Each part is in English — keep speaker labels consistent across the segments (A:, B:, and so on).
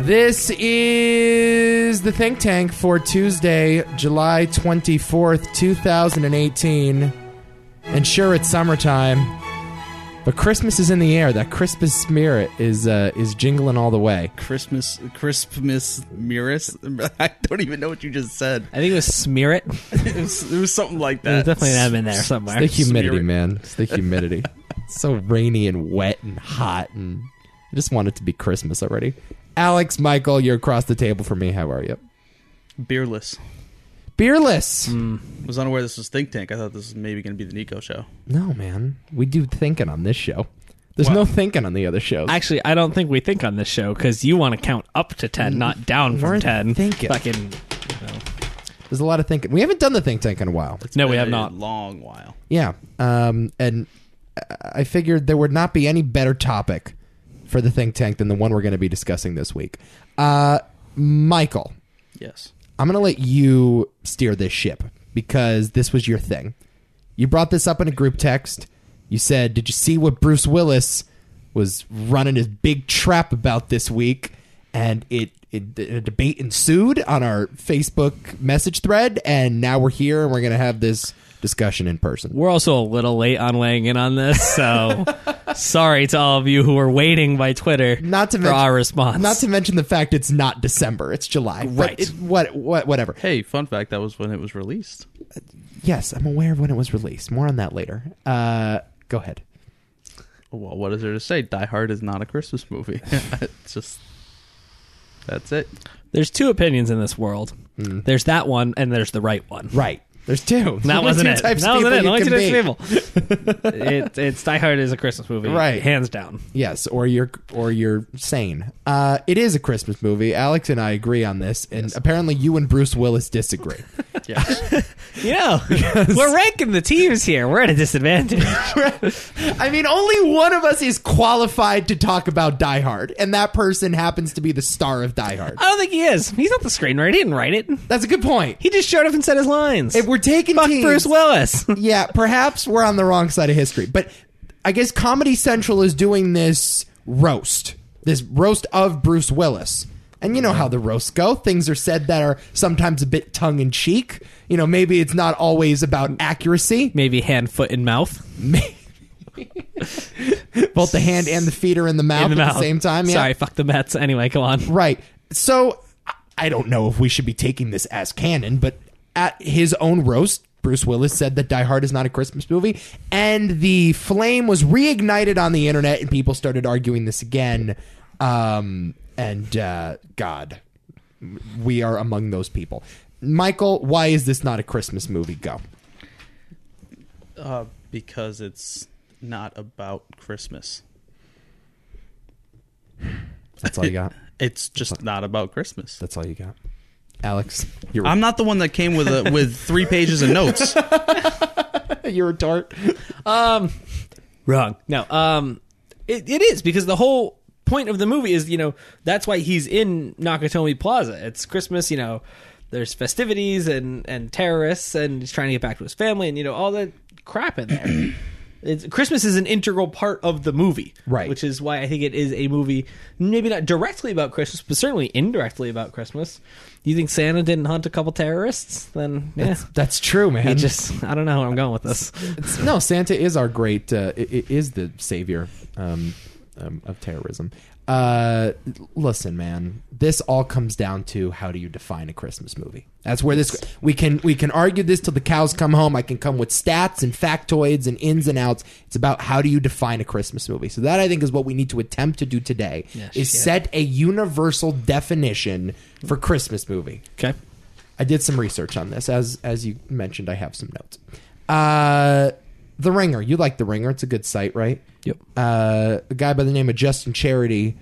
A: This is the think tank for Tuesday, July 24th, 2018. And sure, it's summertime, but Christmas is in the air. That Christmas spirit is uh, is jingling all the way.
B: Christmas, Christmas Muris. I don't even know what you just said.
C: I think it was smear it.
B: It was, it was something like that.
C: There's definitely an M in there somewhere.
A: The humidity,
B: Spirit.
A: man. It's the humidity. It's so rainy and wet and hot, and I just want it to be Christmas already. Alex, Michael, you're across the table from me. How are you?
B: Beerless.
A: Beerless.
C: Mm.
B: Was unaware this was Think Tank. I thought this was maybe going to be the Nico show.
A: No, man. We do thinking on this show. There's no thinking on the other shows.
C: Actually, I don't think we think on this show because you want to count up to ten, not down from
A: We're
C: ten.
A: thinking.
C: Fucking. you know.
A: There's a lot of thinking. We haven't done the think tank in a while.
B: It's
C: No, we
B: been
C: have
B: a
C: not.
B: Long while.
A: Yeah. Um, and I- I figured there would not be any better topic for the think tank than the one we're going to be discussing this week. Uh, Michael,
B: Yes.
A: I'm going to let you steer this ship because this was your thing. You brought this up in a group text. You said, Did you see what Bruce Willis was running his big trap about this week? And it, it a debate ensued on our Facebook message thread. And now we're here and we're going to have this discussion in person.
C: We're also a little late on weighing in on this, so sorry to all of you who were waiting by Twitter
A: Not to
C: for
A: mention-
C: our response.
A: Not to mention the fact it's not December; it's July. But
C: Right.
A: it- what? What? Whatever.
B: Hey, fun fact that was when it was released.
A: Yes, I'm aware of when it was released. More on that later. Uh, go ahead.
B: Well, what is there to say? Die Hard is not a Christmas movie. it's just. That's it.
C: There's two opinions in this world. There's that one, and there's the right one.
A: Right. There's two.
C: That wasn't
A: two
C: it.
A: Types
C: that
A: of
C: wasn't it.
A: people
C: Only
A: you can be.
C: two types of people. it, it's Die Hard is a Christmas movie,
A: Right.
C: Hands down.
A: Yes, or you're or you're sane. Uh, it is a Christmas movie. Alex and I agree on this, and apparently you and Bruce Willis disagree.
B: Yes.
C: You know, we're ranking the teams here. We're at a disadvantage.
A: I mean, only one of us is qualified to talk about Die Hard, and that person happens to be the star of Die Hard.
C: I don't think he is. He's not the screenwriter. He didn't write it.
A: That's a good point.
C: He just showed up and said his lines.
A: If we're taking
C: Fuck
A: teams-
C: Bruce Willis.
A: yeah, perhaps we're on the wrong side of history. But I guess Comedy Central is doing this roast, this roast of Bruce Willis. And you know how the roasts go. Things are said that are sometimes a bit tongue in cheek. You know, maybe it's not always about accuracy.
C: Maybe hand, foot, and mouth.
A: Both the hand and the feet are in the mouth
C: In the
A: at
C: mouth.
A: the same time. Yeah.
C: Sorry, fuck the Mets. Anyway, go on.
A: Right. So I- I don't know if we should be taking this as canon, but at his own roast, Bruce Willis said that Die Hard is not a Christmas movie, and the flame was reignited on the internet, and people started arguing this again. Um, and uh, God, we are among those people. Michael, why is this not a Christmas movie? Go.
B: uh, because it's not about Christmas.
A: That's all you got.
B: It's just not about Christmas.
A: That's all you got. Alex, you're
B: I'm not the one that came with a, with three pages of notes.
A: you're a tart. Um,
C: Wrong. No. Um, it, it is because the whole point of the movie is you know that's why he's in Nakatomi Plaza. It's Christmas. You know, there's festivities and and terrorists and he's trying to get back to his family and you know all that crap in there. It's, Christmas is an integral part of the movie,
A: Right.
C: Which is why I think it is a movie, maybe not directly about Christmas, but certainly indirectly about Christmas. You think Santa didn't hunt a couple terrorists? Then yeah,
A: That's true, man.
C: he just I don't know where I'm going with this.
A: It's-
C: uh,
A: no, Santa is our great. Uh, i- i- is the savior um, um, of terrorism. Uh, listen, man, this all comes down to how do you define a Christmas movie? That's where this we can we can argue this till the cows come home. I can come with stats and factoids and ins and outs. It's about how do you define a Christmas movie. So that I think is what we need to attempt to do today
C: Yes,
A: is
C: yeah.
A: set a universal definition for Christmas movie.
C: Okay,
A: I did some research on this, as as you mentioned. I have some notes. Uh, the Ringer, you like The Ringer? It's a good site, right?
C: Yep.
A: Uh, a guy by the name of Justin Charity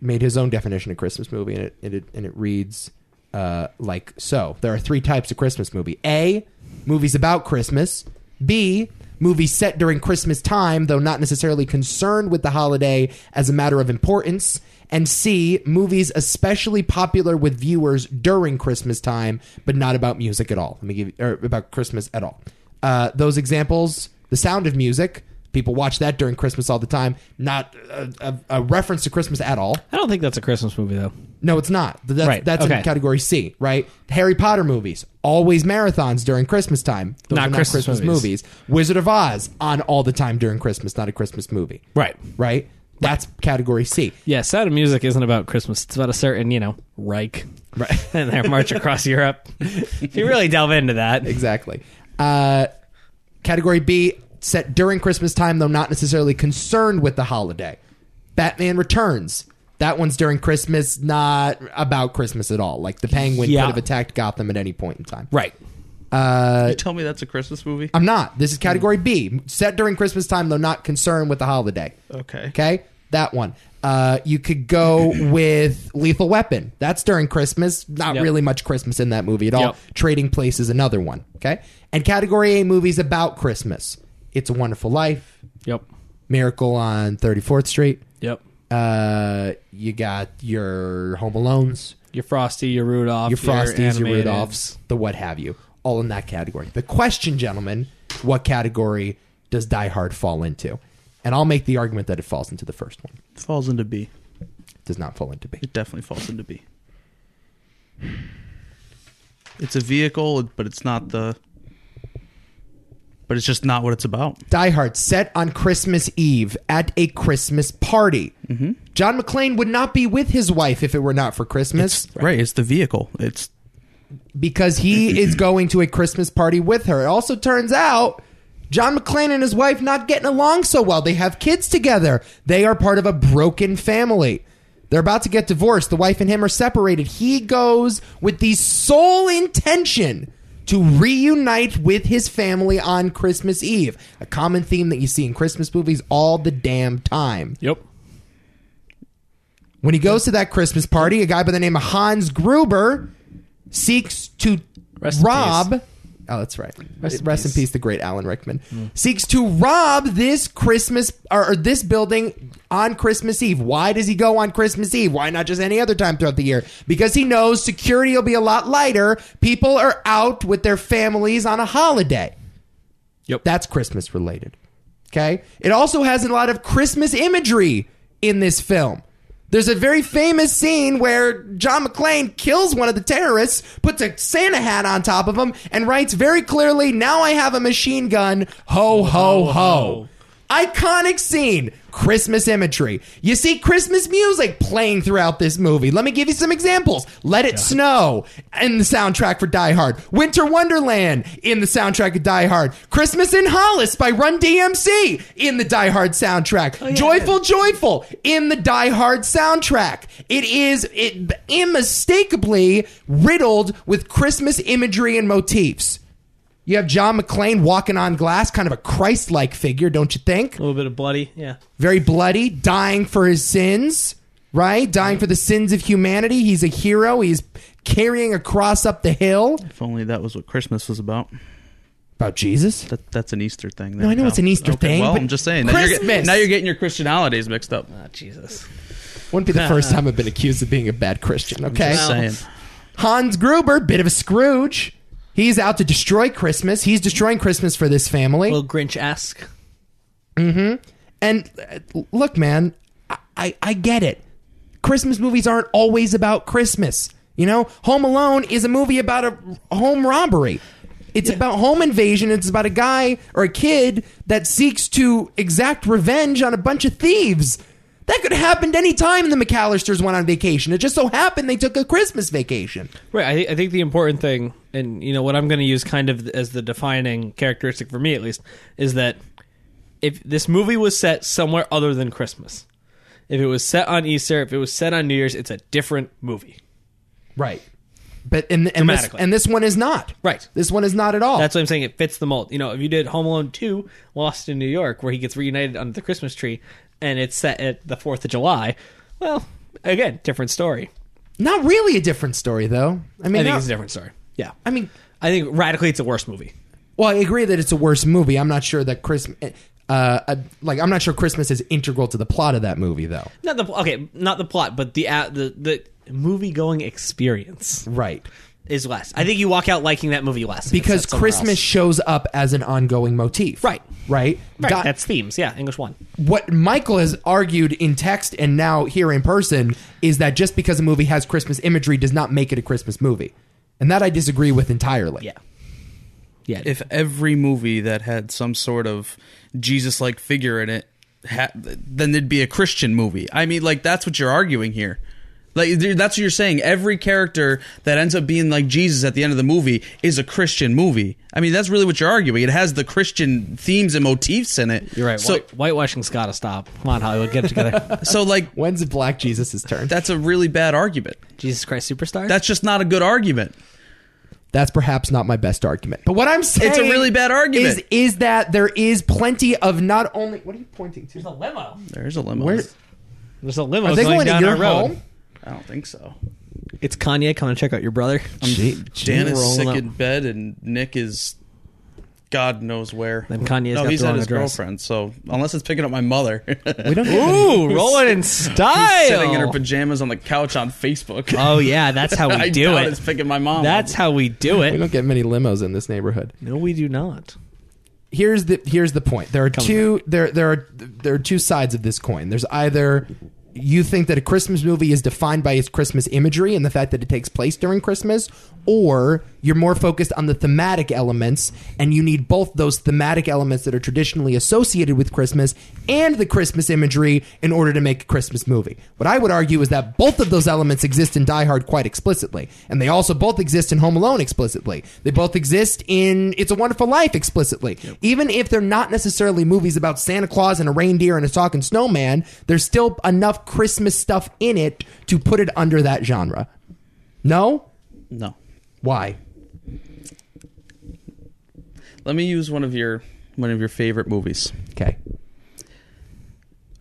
A: made his own definition of Christmas movie, and it and it, and it reads uh, like so: There are three types of Christmas movie: A, movies about Christmas; B, movies set during Christmas time, though not necessarily concerned with the holiday as a matter of importance; and C, movies especially popular with viewers during Christmas time, but not about music at all. Let me give you, or about Christmas at all. Uh, those examples: The Sound of Music, People watch that during Christmas all the time. Not a, a, a reference to Christmas at all.
C: I don't think that's a Christmas movie though.
A: No, it's not. Th- That's,
C: Right,
A: that's
C: okay.
A: in category C, right? Harry Potter movies, always marathons during Christmas time. Those
C: Not
A: are
C: Christmas movies.
A: Wizard of Oz, on all the time during Christmas, not a Christmas movie.
C: Right.
A: Right? That's category C.
C: Yeah, Sound of Music isn't about Christmas. It's about a certain, you know, Reich. Right. and their march across Europe. If you really delve into that.
A: Exactly. Uh, category B, set during Christmas time, though not necessarily concerned with the holiday. Batman Returns. That one's during Christmas, not about Christmas at all. Like the penguin
C: Yeah.
A: could have attacked Gotham at any point in time.
C: Right.
B: you tell me that's a Christmas movie?
A: I'm not. This is
C: Hmm.
A: category B, set during Christmas time, though not concerned with the holiday.
B: Okay.
A: Okay, that one. Uh, you could go with Lethal Weapon. That's during Christmas. Not
C: Yep.
A: really much Christmas in that movie at all.
C: Yep.
A: Trading Place is another one. Okay, and category A movies about Christmas. It's a Wonderful Life,
C: Yep.
A: Miracle on 34th Street.
C: Yep.
A: Uh, you got your Home Alones
C: Your Frosty, your Rudolph,
A: your Frosties, your,
C: animated-
A: Rudolphs, the what have you, all in that category. The question, gentlemen, what category does Die Hard fall into? And I'll make the argument that it falls into the first one.
B: It falls into B.
A: It does not fall into B.
B: It definitely falls into B. It's a vehicle, but it's not the. But it's just not what it's about.
A: Die Hard set on Christmas Eve at a Christmas party. John McClane would not be with his wife if it were not for Christmas
B: Right. It's the vehicle. It's
A: because he is going to a Christmas party with her. It also turns out John McClane and his wife not getting along so well. They have kids together. They are part of a broken family. They're about to get divorced. The wife and him are separated. He goes with the sole intention to reunite with his family on Christmas Eve. A common theme that you see in Christmas movies all the damn time.
C: Yep.
A: When he goes to that Christmas party, a guy by the name of Hans Gruber seeks to
C: Rest in
A: rob. Oh, that's right. Rest,
C: in Hmm.
A: in peace, the great Alan Rickman. Seeks to rob this Christmas or, or this building on Christmas Eve. Why does he go on Christmas Eve? Why not just any other time throughout the year? Because he knows security will be a lot lighter. People are out with their families on a holiday.
C: Yep.
A: That's Christmas related. Okay. It also has a lot of Christmas imagery in this film. There's a very famous scene where John McClane kills one of the terrorists, puts a Santa hat on top of him, and writes very clearly, Now I have a machine gun. Ho, ho, ho. Iconic scene, Christmas imagery. You see Christmas music playing throughout this movie. Let me give you some examples. Let It Snow in the soundtrack for Die Hard. Winter Wonderland in the soundtrack of Die Hard. Christmas in Hollis by Run DMC in the Die Hard soundtrack. Joyful Joyful in the Die Hard soundtrack. It is it, unmistakably riddled with Christmas imagery and motifs. You have John McClane walking on glass, kind of a Christ like figure, don't you think?
C: A little bit of bloody. Yeah.
A: Very bloody, dying for his sins, right? Dying for the sins of humanity. He's a hero. He's carrying a cross up the hill.
B: if only that was what Christmas was about.
A: About Jesus?
B: That that's an Easter thing.
A: No, I know it's an Easter thing,
B: Well,
A: but
B: I'm just saying. Now you're, get-
A: Christmas!
B: now you're getting your Christianalities mixed up.
C: Ah, Jesus.
A: Wouldn't be the first time I've been accused of being a bad Christian, okay?
B: Just saying.
A: Hans Gruber, bit of a Scrooge. He's out to destroy Christmas. He's destroying Christmas for this family.
C: A little Grinch esque.
A: And uh, look, man, I, I, I get it. Christmas movies aren't always about Christmas. You know, Home Alone is a movie about a home robbery. It's about home invasion. It's about a guy or a kid that seeks to exact revenge on a bunch of thieves. That could have happened any time the McAllisters went on vacation. It just so happened they took a Christmas vacation.
C: Right. I, thi- I think the important thing, and you know what I'm going to use kind of as the defining characteristic for me at least, is that if this movie was set somewhere other than Christmas, if it was set on Easter, if it was set on New Year's, it's a different movie.
A: Right. But and and this,
C: Dramatically.
A: and this one is not.
C: Right.
A: This one is not at all.
C: That's what I'm saying. It fits the mold. You know, if you did Home Alone 2, Lost in New York, where he gets reunited under the Christmas tree, and it's set at the 4th of July, well, again, different story.
A: not really a different story though. I mean
C: I think
A: not-
C: it's a different story. Yeah.
A: I mean
C: I think radically it's a worse movie.
A: Well, I agree that it's a worse movie. I'm not sure that Christmas, uh, uh, like I'm not sure Christmas is integral to the plot of that movie, though.
C: Not the okay, not the plot, but the uh, the the movie going experience
A: Right,
C: is less. I think you walk out liking that movie less if it's
A: because
C: set somewhere
A: Christmas
C: else.
A: shows up as an ongoing motif.
C: right?
A: right?
C: Right,
A: Di-
C: that's themes. Yeah, English one.
A: what Michael has argued in text and now here in person is that just because a movie has Christmas imagery does not make it a Christmas movie. And that I disagree with entirely.
C: Yeah. Yeah.
B: if every movie that had some sort of Jesus like figure in it, ha- then there'd be a Christian movie. I mean, like, that's what you're arguing here. Like, th- that's what you're saying. Every character that ends up being like Jesus at the end of the movie is a Christian movie. I mean, that's really what you're arguing. It has the Christian themes and motifs in it.
C: You're right.
B: So,
C: White, whitewashing's got to stop. Come on, Hollywood, get it together.
B: so like,
A: When's Black Jesus' turn?
B: that's a really bad argument.
C: Jesus Christ Superstar?
B: That's just not a good argument.
A: That's perhaps not my best argument. But what I'm saying
B: really bad argument.
A: Is is that there is plenty of not only what are you pointing to?
C: a limo.
B: There's a limo.
A: Where-
C: There's a limo
A: Are they
C: going,
A: going to
C: down
A: your
C: our road.
A: home?
B: I don't think so.
C: It's Kanye. Come and check out your brother.
B: Dan is
C: rolling
B: sick
C: up.
B: in bed, and Nick is God knows where.
C: Then Kanye's
B: no,
C: got
B: he's
C: the
B: at
C: wrong
B: his
C: address.
B: girlfriend. So unless it's picking up my mother,
A: We don't have any-
C: Ooh, rolling in style.
B: sitting in her pajamas on the couch on Facebook.
C: oh yeah, that's how
B: I
C: we do
B: doubt It's
C: it.
B: picking my mom.
C: That's how we do
A: we
C: it.
A: don't get many limos in this neighborhood.
C: No, we do not.
A: here's the here's the point. There are two there there are there are two sides of this coin. There's either you think that a Christmas movie is defined by its Christmas imagery and the fact that it takes place during Christmas, or you're more focused on the thematic elements, and you need both those thematic elements that are traditionally associated with Christmas and the Christmas imagery in order to make a Christmas movie. What I would argue is that both of those elements exist in Die Hard quite explicitly, and they also both exist in Home Alone explicitly. They both exist in It's a Wonderful Life explicitly. Even if they're not necessarily movies about Santa Claus and a reindeer and a talking snowman, there's still enough Christmas stuff in it to put it under that genre. No?
B: no.
A: Why?
B: Let me use one of your one of your favorite movies.
A: Okay.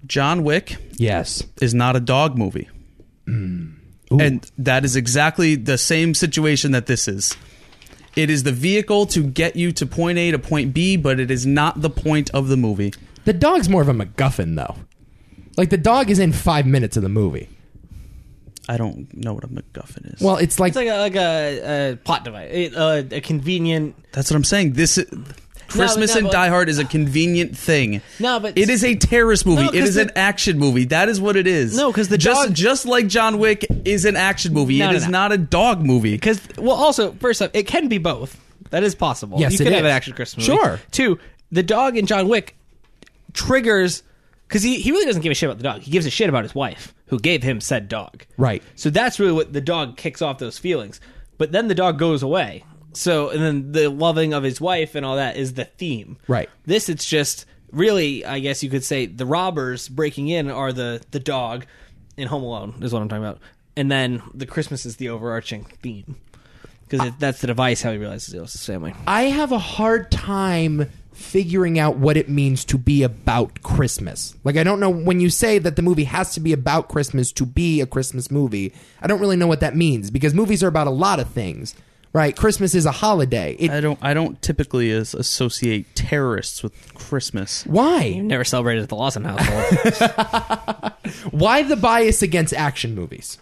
B: John Wick
A: Yes.
B: is not a dog movie.
C: Mm.
A: Ooh.
B: And that is exactly the same situation that this is. It is the vehicle to get you to point A to point B, but it is not the point of the movie.
A: The dog's more of a MacGuffin, though. Like, the dog is in five minutes of the movie.
B: I don't know what a MacGuffin is.
A: Well, it's like,
C: It's like a, like a, a plot device, It- uh, a convenient.
B: that's what I'm saying. This is, Christmas
C: no,
B: and
C: but-
B: Die Hard is a convenient thing.
C: No, but-
B: it is a terrorist movie.
C: No,
B: it
C: 'cause
B: is
C: the-
B: an action movie. That is what it is.
C: No, 'cause the
B: just
C: dog-
B: just like John Wick is an action movie.
C: No,
B: it
C: no,
B: is
C: no.
B: not a dog movie.
C: Because well, also first off, it can be both. That is possible.
A: Yes,
C: you
A: it
C: could have
A: is.
C: an action Christmas. movie.
A: Sure.
C: Two, the dog in John Wick triggers because he he really doesn't give a shit about the dog. He gives a shit about his wife who gave him said dog.
A: Right.
C: So that's really what the dog kicks off those feelings. But then the dog goes away. So and then the loving of his wife and all that is the theme.
A: Right.
C: This it's just really I guess you could say the robbers breaking in are the the dog in Home Alone is what I'm talking about. And then the Christmas is the overarching theme. Because that's the device how he realizes it was his family.
A: I have a hard time figuring out what it means to be about Christmas. Like, I don't know when you say that the movie has to be about Christmas to be a Christmas movie, I don't really know what that means because movies are about a lot of things, right? Christmas is a holiday. It,
B: I don't I don't typically as- associate terrorists with Christmas.
C: You
A: why?
C: never celebrated at the Lawson household.
A: Why the bias against action movies?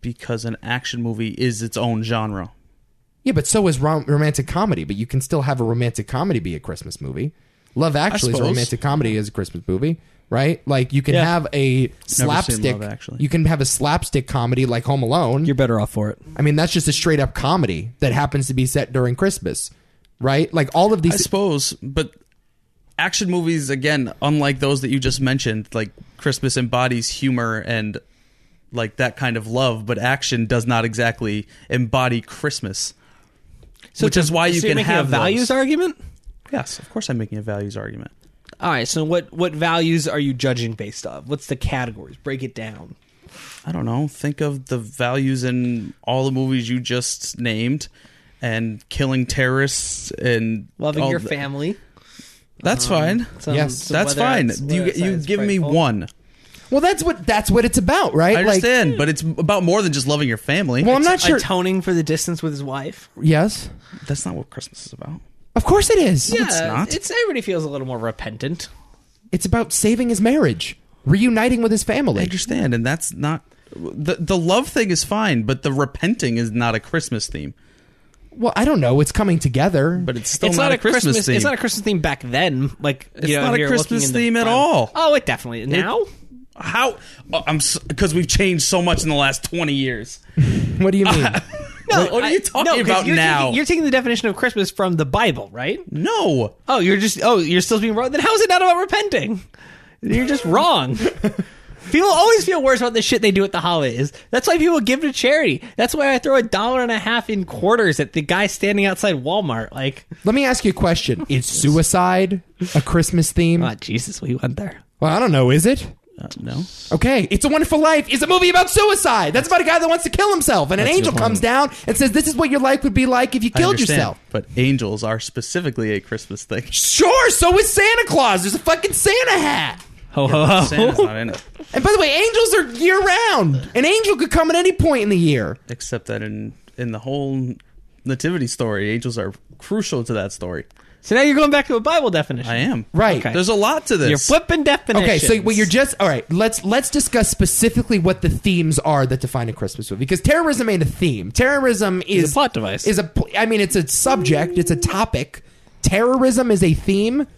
B: because an action movie is its own genre.
A: Yeah, but so is rom- romantic comedy, but you can still have a romantic comedy be a Christmas movie. Love Actually is a
B: suppose.
A: romantic comedy is a Christmas movie, right? Like you can
C: Yeah.
A: have a slapstick
B: Love Actually.
A: you can have a slapstick comedy like Home Alone.
C: You're better off for it.
A: I mean, that's just a straight up comedy that happens to be set during Christmas, right? Like all of
B: I
A: these
B: suppose, but action movies again, unlike those that you just mentioned, like Christmas embodies humor and like that kind of love, but action does not exactly embody Christmas. which is why you
C: so you're
B: can
C: making
B: have
C: a values
B: those.
C: argument?
B: Yes, of course, I'm making a values argument.
C: All right. So what what values are you judging based off? What's the categories? Break it down.
B: I don't know. Think of the values in all the movies you just named, and killing terrorists and
C: Loving
B: all
C: your
B: th-
C: family.
B: That's fine.
C: Some-
A: Yes.
C: some-
B: That's
C: whether
B: fine.
C: it's-
B: You
C: whether it's
B: you
C: it's
B: give me
C: frightful.
B: one.
A: Well, that's what that's what it's about, right?
B: I understand,
C: hmm.
B: but it's about more than just loving your family.
A: Well, I'm not sure.
C: Atoning for the distance with his wife.
A: yes.
B: That's not what Christmas is about.
A: Of course it is.
B: it's not.
C: It's everybody feels a little more repentant.
A: It's about saving his marriage, reuniting with his
B: I
A: family.
B: understand, and that's not the the love thing is fine, but the repenting is not a Christmas theme.
A: Well, I don't know. It's coming together.
B: but it's still not, a Christmas, theme.
C: It's not a Christmas theme back then. Like you
B: It's
C: know,
B: not
C: if
B: a
C: you're
B: Christmas
C: looking in the
B: theme at
C: front-
B: all.
C: Oh, it definitely now.
B: How oh, I'm because we've changed so much in the last 20 years.
A: What do you mean?
C: No,
B: what are you
C: I-
B: talking
C: no, 'cause
B: about
C: you're
B: now?
C: Taking, you're taking the definition of Christmas from the Bible, right?
B: No,
C: Oh, you're just oh, you're still being wrong. Then how is it not about repenting? You're just wrong. people always feel worse about the shit they do at the holidays. That's why people give to charity. That's why I throw a dollar and a half in quarters at the guy standing outside Walmart. Like,
A: Let me ask you a question. Is suicide a Christmas theme?
C: oh Jesus, we went there.
A: Well, I don't know. Is it?
B: Uh, no.
A: Okay, It's a Wonderful Life is a movie about suicide. That's about a guy that wants to kill himself, and an
B: That's
A: angel
B: your
A: comes
B: point.
A: down and says, "This is what your life would be like if you
B: I
A: killed
B: understand,
A: yourself."
B: But angels are specifically a Christmas thing.
A: Sure, so is Santa Claus. There's a fucking Santa hat.
C: Ho ho ho.
B: Santa's not in it,
A: And by the way, angels are year round. An angel could come at any point in the year.
B: except that in in the whole nativity story, angels are crucial to that story.
C: So now you're going back to a Bible definition.
B: I am
A: Right.
C: Okay.
B: There's a lot to this.
C: You're flipping
A: Okay,
C: definitions.
A: so what you're just all right. Let's let's discuss specifically what the themes are that define a Christmas movie because terrorism ain't a theme. Terrorism is
C: a plot device.
A: Is a pl- I mean, it's a subject. It's a topic. Terrorism is a theme.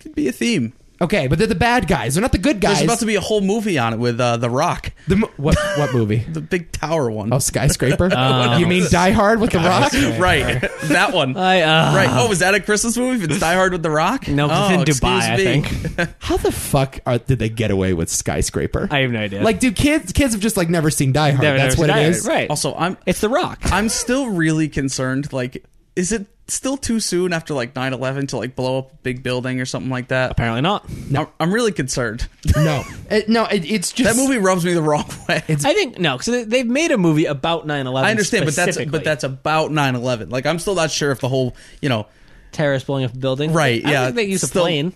B: could be a theme.
A: Okay, but they're the bad guys. They're not the good guys.
B: There's about to be a whole movie on it with uh, The Rock,
A: the, mo- what what movie?
B: the big tower one.
A: Oh, skyscraper.
C: Um,
A: you mean Die Hard with the Rock?
B: right, that one.
C: I, uh,
B: right. Oh, was that a Christmas movie? If it's Die Hard with The Rock?
C: No,
B: oh,
C: it's in
B: excuse
C: Dubai. I
B: me.
C: think.
A: How the fuck are, did they get away with skyscraper?
C: I have no idea.
A: Like, dude, kids kids have just like never seen Die Hard.
C: Never-
A: That's
C: never
A: what
C: seen
A: it
C: Die
A: is.
C: Hard, Right.
B: Also, I'm
C: it's The Rock.
B: I'm still really concerned. Like, is it still too soon after like 9/11 to like blow up a big building or something like that?
C: Apparently not.
B: I'm, I'm really concerned.
A: No, It- no, it, it's just
B: that movie rubs me the wrong way.
C: I think no, because they've made a movie about 9-11
B: I understand, but that's
C: specifically.
B: but that's about 9/11. Like, I'm still not sure if the whole you know.
C: terrorist blowing up a building.
B: Right,
C: I
B: yeah,
C: think they use a
B: still-
C: plane.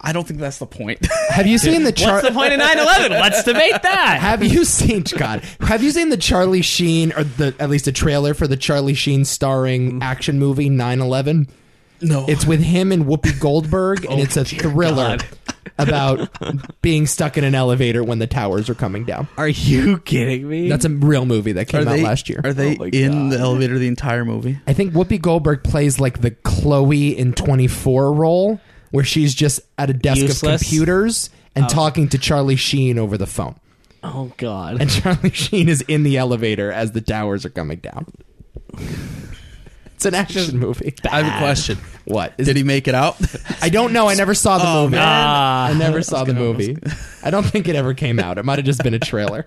B: I don't think that's the point.
A: Have you seen the
C: What's
A: chart?
C: the point of 9-11? Let's debate that.
A: Have you seen God? Have you seen the Charlie Sheen or the at least a trailer for the Charlie Sheen
B: Mm.
A: starring action movie 9/11?
B: no,
A: It's with him and Whoopi Goldberg
B: Oh,
A: and it's a thriller
C: God.
A: about being stuck in an elevator when the towers are coming down.
C: Are you kidding me?
A: That's a real movie that
B: are
A: came out
B: they
A: last year.
B: Are they
C: Oh my
B: in the elevator the entire movie?
A: I think Whoopi Goldberg plays like the Chloe in 24 role where she's just at a desk of
C: Useless.
A: computers
B: Oh.
A: and talking to Charlie Sheen over the phone.
C: oh god.
A: and Charlie Sheen is in the elevator as the towers are coming down. It's an action movie.
B: I have a question.
A: What? Is
B: Did he make it out?
A: I don't know. I never saw the
B: Oh,
A: movie.
C: Ah.
A: I never saw the movie. I don't think it ever came out. It might have just been a trailer.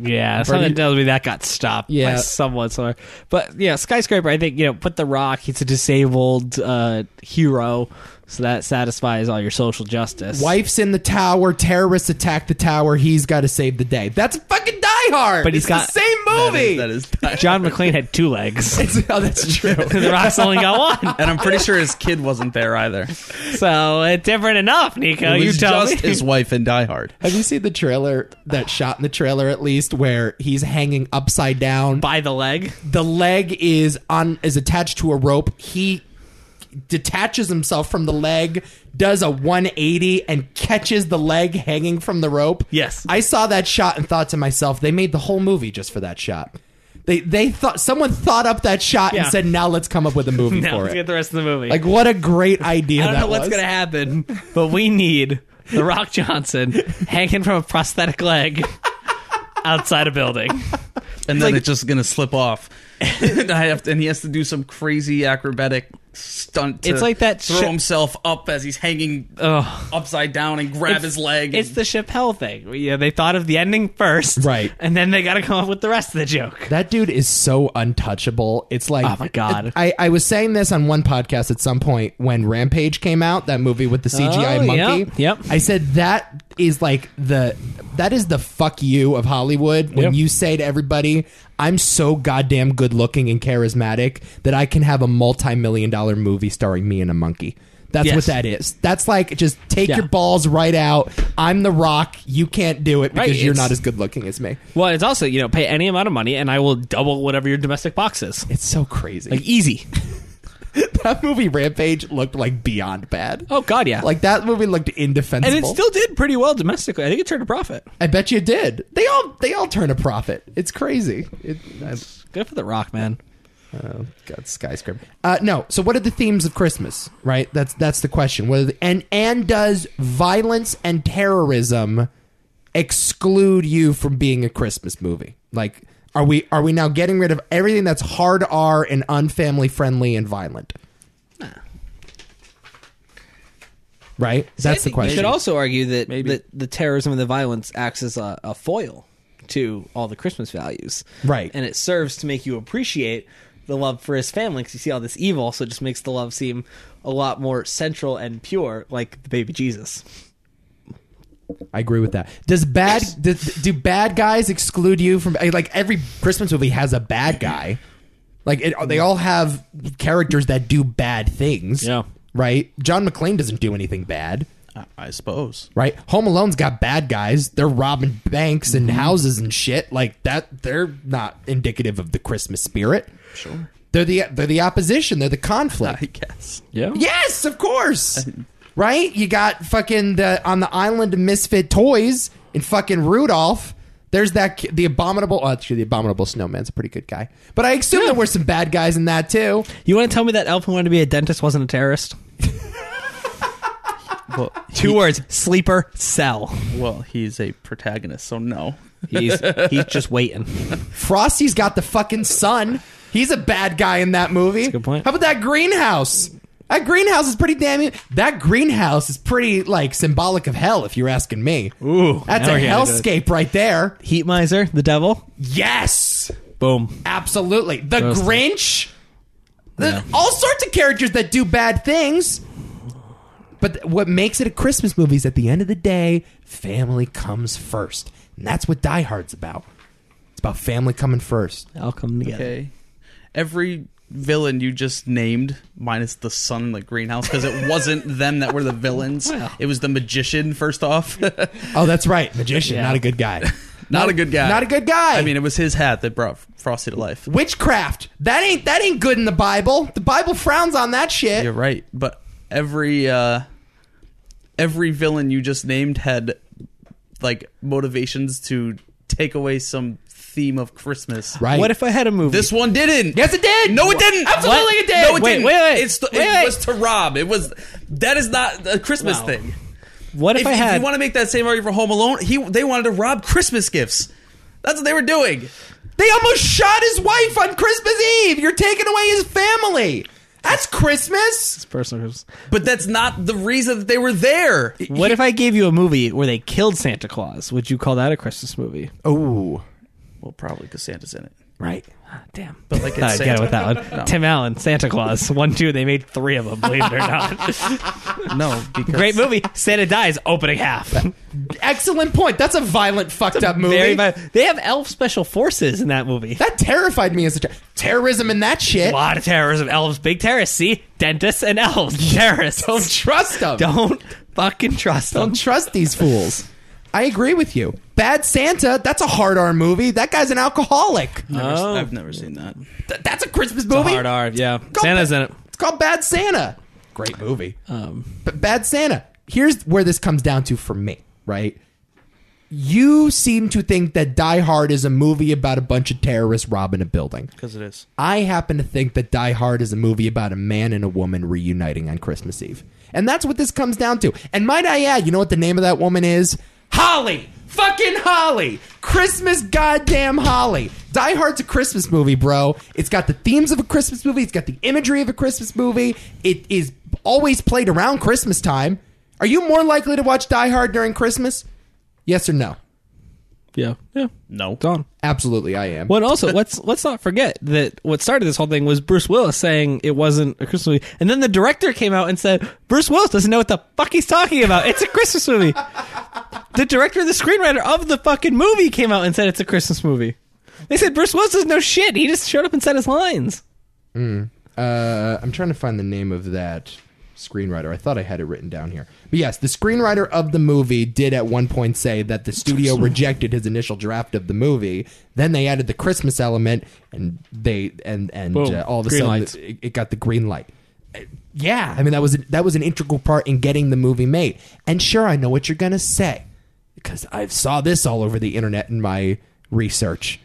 C: yeah, something
A: you-
C: tells me that got stopped
A: Yeah.
C: by someone somewhere. But yeah, skyscraper. I think you know, put the Rock. He's a disabled uh, hero, so that satisfies all your social justice.
A: Wife's in the tower. Terrorists attack the tower. He's got to save the day. That's fucking Die Hard.
C: But he's
A: it's
C: got-
A: the same
B: That
A: movie.
B: is- that is.
C: John McClane had two legs.
A: It's- oh, that's true.
C: the Rock's only got one,
B: And I'm pretty sure his kid wasn't there either.
C: so it's different enough. Nico,
B: it
C: you
B: was
C: tell
B: just
C: me.
B: his wife in Die Hard.
A: Have you seen the trailer? That shot in the trailer, at least, where he's hanging upside down
C: by the leg.
A: the leg is on is attached to a rope. He detaches himself from the leg, does a 180 and catches the leg hanging from the rope.
C: Yes.
A: I saw that shot and thought to myself, they made the whole movie just for that shot. They they thought someone thought up that shot
C: Yeah.
A: and said, "Now let's come up with a movie
C: Now
A: for
C: let's
A: it."
C: get the rest of the movie.
A: like what a great idea
C: I don't
A: that
C: know what's
A: was.
C: going to happen, but we need The Rock Johnson hanging from a prosthetic leg outside a building.
B: and then it's just gonna slip off. and, I have to, and he has to do some crazy acrobatic stunt. To
C: It's like that
B: Throw
C: sh-
B: himself up as he's hanging uh,
C: Oh.
B: upside down and grab his leg.
C: It's the Chappelle thing. Yeah, they thought of the ending first,
A: Right.
C: And then they got to come up with the rest of the joke.
A: That dude is so untouchable. It's like
C: Oh my God.
A: I, I was saying this on one podcast at some point when Rampage came out, that movie with the CGI
C: Oh,
A: monkey.
C: yep, yep.
A: I said that is like the that is the fuck you of Hollywood when
C: Yep.
A: you say to everybody, I'm so goddamn good looking and charismatic that I can have a multi million dollar movie starring me and a monkey. That's
C: Yes.
A: what that is. That's like just take
C: Yeah.
A: your balls right out. I'm the rock. You can't do it because
C: Right,
A: you're
C: it's-
A: not as good looking as me.
C: Well, it's also you know pay any amount of money, and I will double whatever your domestic box is.
A: It's so crazy.
C: Like easy.
A: that movie Rampage looked like beyond bad.
C: Oh God, yeah.
A: Like that movie looked
C: and
A: indefensible.
C: it still did pretty well domestically. I think it turned a profit.
A: I bet you did. They all they all turn a profit. It's crazy. It, I,
C: Good for The Rock, man.
A: Oh, God, skyscraper. Uh, no. So, what are the themes of Christmas? Right. That's that's the question. Whether the, and and does violence and terrorism exclude you from being a Christmas movie? Like, are we are we now getting rid of everything that's hard R and unfamily friendly and violent? Right. That's the
C: You should
A: question.
C: also argue that,
B: Maybe.
C: that the terrorism and the violence acts as a, a foil to all the Christmas values.
A: Right.
C: And it serves to make you appreciate the love for his family because you see all this evil, so it just makes the love seem a lot more central and pure, like the baby Jesus.
A: I agree with that. Does bad do, do bad guys exclude you from like every Christmas movie has a bad guy? Like it, they all have characters that do bad things.
C: Yeah.
A: Right. John McClane doesn't do anything bad.
B: I, I suppose.
A: Right. Home Alone's got bad guys. They're robbing banks and houses and shit like that. They're not indicative of the Christmas spirit.
B: Sure.
A: They're the they're the opposition. They're the conflict.
B: I guess.
C: Yeah.
A: Yes, of course. right? You got fucking the on the island of misfit toys and fucking Rudolph. There's that ki- the abominable. Oh, actually, the abominable snowman's a pretty good guy, but I assume there were some bad guys in that too.
C: You want to tell me that Elf who wanted to be a dentist wasn't a terrorist?
B: Well,
C: Two words sleeper cell.
B: well, he's a protagonist, so no.
C: He's, he's just waiting.
A: Frosty's got the fucking sun. He's a bad guy in that movie.
C: good point.
A: How about that greenhouse? That greenhouse is pretty damn. e, That greenhouse is pretty like symbolic of hell, if you're asking me.
C: Ooh,
A: that's a
C: now we're getting into
A: hellscape right there.
C: Heat miser, the devil.
A: Yes.
C: Boom.
A: Absolutely. The
C: Those-
A: Grinch. The- All sorts of characters that do bad things. But th- what makes it a Christmas movie is at the end of the day, family comes first. And that's what Die Hard's about. It's about family coming first.
C: All come together.
B: Okay. Every villain you just named, minus the sun in the greenhouse, because it wasn't them that were the villains.
C: Wow.
B: It was the magician, first off.
A: Oh, that's right. Magician,
C: Yeah.
A: not a good guy.
B: Not a good guy.
A: Not a good guy.
B: I mean, it was his hat that brought Frosty to life.
A: witchcraft. That ain't that ain't good in the Bible. The Bible frowns on that shit.
B: You're right, but every uh every villain you just named had like motivations to take away some theme of Christmas.
A: Right.
C: What if I had a movie?
B: This one didn't.
A: Yes, it did.
B: No, it didn't.
A: Absolutely,
C: What?
A: it did.
B: No, it
C: Wait,
B: didn't.
C: wait, wait.
B: It's the,
C: Wait,
B: it
C: wait.
B: was to rob. It was. That is not a Christmas
C: Wow.
B: thing.
C: what if,
B: If,
C: I
B: if
C: had?
B: you want to make that same argument for Home Alone, he they wanted to rob Christmas gifts. That's what they were doing.
A: They almost shot his wife on Christmas Eve. You're taking away his family. That's Christmas.
C: personal
B: But that's not the reason that they were there.
C: What if I gave you a movie where they killed Santa Claus? Would you call that a Christmas movie?
A: Oh,
B: Well, probably because Santa's in it.
A: right.
C: Damn.
B: But like it's
C: I get
B: Santa.
C: it with that one.
B: No.
C: Tim Allen, Santa Claus, one, two. They made three of them. Believe it or not,
B: No, because
C: great movie. Santa dies opening half.
A: Excellent point. That's a violent, fucked up movie.
C: Very vi- They have elf special forces in that movie.
A: that terrified me as a child. Terrorism and that
C: A
A: shit.
C: lot of terrorism. Elves, big terrorists. See, dentists and elves, terrorists.
A: Don't trust them.
C: Don't fucking trust them.
A: Don't trust these fools. I agree with you. Bad Santa. That's a hard R movie. That guy's an alcoholic.
B: Never-
C: Oh.
B: I've never seen that.
A: Th- that's a Christmas movie.
C: Hard R, yeah.
A: Go
C: Santa's
A: back.
C: in it.
A: It's called Bad Santa. Great movie.
C: Um,
A: But Bad Santa, here's where this comes down to for me, right? You seem to think that Die Hard is a movie about a bunch of terrorists robbing a building.
B: Because it is.
A: I happen to think that Die Hard is a movie about a man and a woman reuniting on Christmas Eve. And that's what this comes down to. And might I add, you know what the name of that woman is? Holly! Fucking Holly! Christmas goddamn Holly! Die Hard's a Christmas movie, bro. It's got the themes of a Christmas movie, it's got the imagery of a Christmas movie. It is always played around Christmas time. Are you more likely to watch Die Hard during Christmas? Yes or no?
C: yeah, yeah.
B: No.
C: Gone.
A: Absolutely, I am.
C: Well, and also let's let's not forget that what started this whole thing was Bruce Willis saying it wasn't a Christmas movie, and then the director came out and said Bruce Willis doesn't know what the fuck he's talking about. It's a Christmas movie. the director, the screenwriter of the fucking movie, came out and said it's a Christmas movie. They said Bruce Willis doesn't know shit. He just showed up and said his lines.
A: uh, I'm trying to find the name of that screenwriter. I thought I had it written down here. But yes, the screenwriter of the movie did at one point say that the studio rejected his initial draft of the movie. Then they added the Christmas element, and they and and
C: Boom.
A: uh, all of a
C: Green
A: sudden
C: lights.
A: it, it got the green light. Uh, Yeah, I mean that was that was an integral part in getting the movie made. And sure, I know what you're gonna say because I've saw this all over the internet in my research.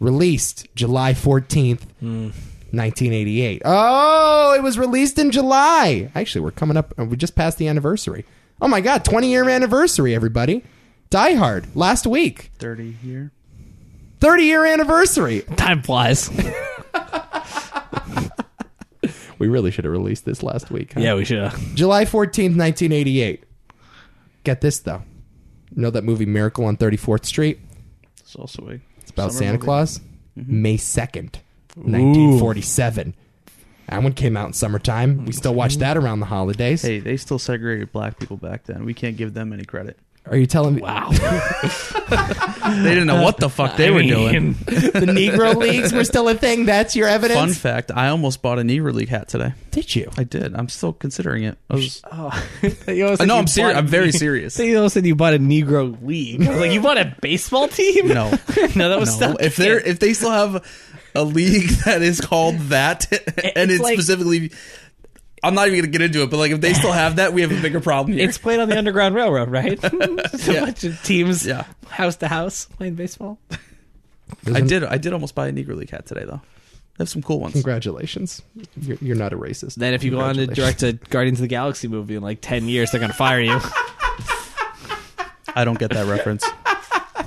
A: Released July 14th, 1988. Oh, it was released in July. Actually, we're coming up. uh, We just passed the anniversary. Oh my God, 20 year anniversary, everybody. Die Hard last week,
B: Thirty year.
A: 30 year anniversary.
C: Time flies.
A: We really should have released this last week. huh?
C: yeah, we should.
A: July 14th, 1988. Get this, though. You know that movie Miracle on 34th Street?
B: It's also a. It's
A: about Santa Claus?
C: Mm-hmm.
A: May 2nd, 1947. That one came out in summertime. We still watch that around the holidays.
B: Hey, they still segregated black people back then. We can't give them any credit.
A: Are you telling me?
C: Wow.
B: They didn't know what the fuck they
C: I
B: were
C: mean,
B: doing.
A: The Negro Leagues were still a thing? That's your evidence?
B: Fun fact: I almost bought a Negro League hat today.
A: Did you?
B: I did. I'm still considering it. I was,
C: Oh, You almost said
B: no,
C: you
B: I'm serious.
C: bought-
B: I'm very serious.
C: So you almost said you bought a Negro League. I was like, you bought a baseball team?
B: No,
C: no, that was
B: no.
C: stuff.
B: If they are if they still have a league that is called that, and
C: It's
B: it's
C: like-
B: specifically, I'm not even gonna get into it. But like, if they still have that, we have a bigger problem here.
C: It's played on the Underground Railroad, right? Just a
B: Yeah.
C: bunch of teams,
B: Yeah.
C: house to house, playing baseball.
B: I did. I did almost buy a Negro League hat today, though. They have some cool ones.
A: Congratulations. You're, you're not a racist.
C: Then, if you go on to
A: Congratulations.
C: direct a Guardians of the Galaxy movie in like ten years, they're gonna fire you.
B: I don't get that reference.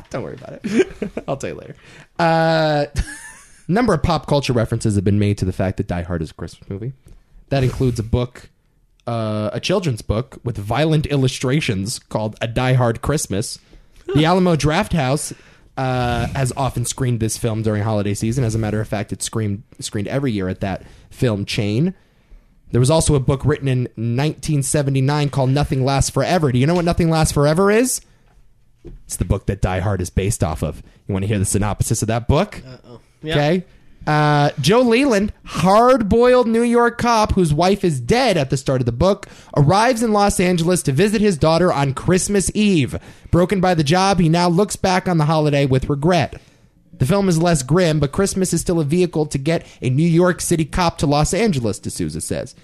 A: Don't worry about it. I'll tell you later. Uh, number of pop culture references have been made to the fact that Die Hard is a Christmas movie. That includes a book, uh, a children's book with violent illustrations called A Die Hard Christmas. The Alamo Draft House uh, has often screened this film during holiday season. As a matter of fact, it's screened screened every year at that film chain. There was also a book written in 1979 called Nothing Lasts Forever. Do you know what Nothing Lasts Forever is? It's the book that Die Hard is based off of. You want to hear the synopsis of that book?
C: Yeah.
A: Okay. Uh, Joe Leland, hard boiled New York cop whose wife is dead at the start of the book, arrives in Los Angeles to visit his daughter on Christmas Eve. Broken by the job, he now looks back on the holiday with regret. The film is less grim, but Christmas is still a vehicle to get a New York City cop to Los Angeles, D'Souza says.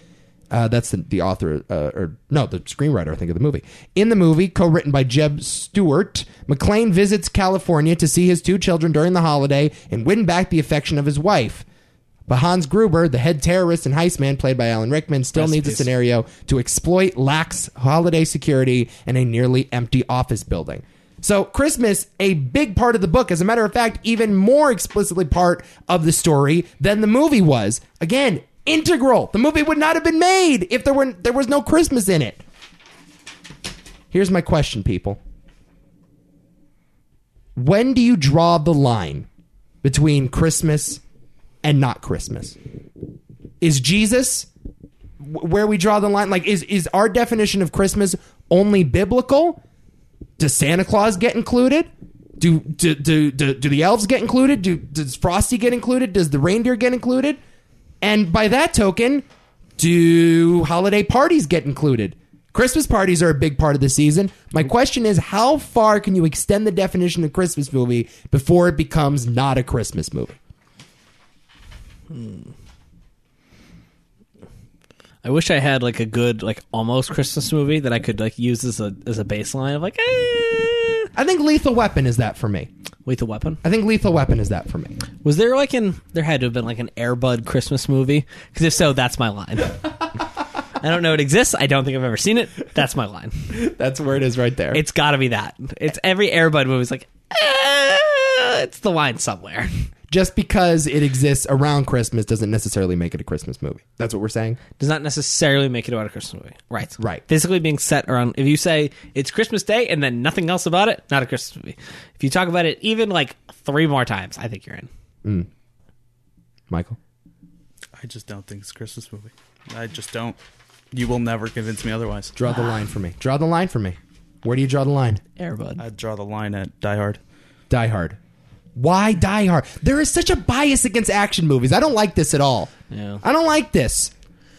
A: Uh, that's the, the author, uh, or no, the screenwriter, I think, of the movie. In the movie, co written by Jeb Stewart, McLean visits California to see his two children during the holiday and win back the affection of his wife. But Hans Gruber, the head terrorist and heist man played by Alan Rickman, still
C: Rest in
A: needs a
C: peace.
A: scenario to exploit lax holiday security and a nearly empty office building. So, Christmas, a big part of the book, as a matter of fact, even more explicitly part of the story than the movie was. Again, integral. The movie would not have been made if there were there was no Christmas in it. Here's my question, people. When do you draw the line between Christmas and not Christmas? Is Jesus wh- where we draw the line? Like, is is our definition of Christmas only biblical? Does Santa Claus get included? Do do do do, do the elves get included? Do does Frosty get included? Does the reindeer get included? And by that token, do holiday parties get included? Christmas parties are a big part of the season. My question is, how far can you extend the definition of Christmas movie before it becomes not a Christmas movie?
C: I wish I had like a good like almost Christmas movie that I could like use as a as a baseline of like eh.
A: I think Lethal Weapon is that for me.
C: Lethal Weapon.
A: I think Lethal Weapon is that for me.
C: Was there like an there had to have been like an Airbud Christmas movie? Because if so, that's my line. I don't know it exists. I don't think I've ever seen it. That's my line.
A: That's where it is right there.
C: It's got to be that. It's every Airbud movie's like "Ah," it's the line somewhere.
A: Just because it exists around Christmas doesn't necessarily make it a Christmas movie. That's what we're saying.
C: Does not necessarily make it about a Christmas movie. Right.
A: Right.
C: Basically being set around if you say it's Christmas Day and then nothing else about it, not a Christmas movie. If you talk about it even like three more times, I think you're in.
A: Michael.
B: I just don't think it's a Christmas movie. I just don't. You will never convince me otherwise.
A: Draw the line for me. Draw the line for me. Where do you draw the line?
C: Airbud.
B: I'd draw the line at Die Hard.
A: Die Hard. Why Die Hard? There is such a bias against action movies. I don't like this at all.
C: Yeah.
A: I don't like this.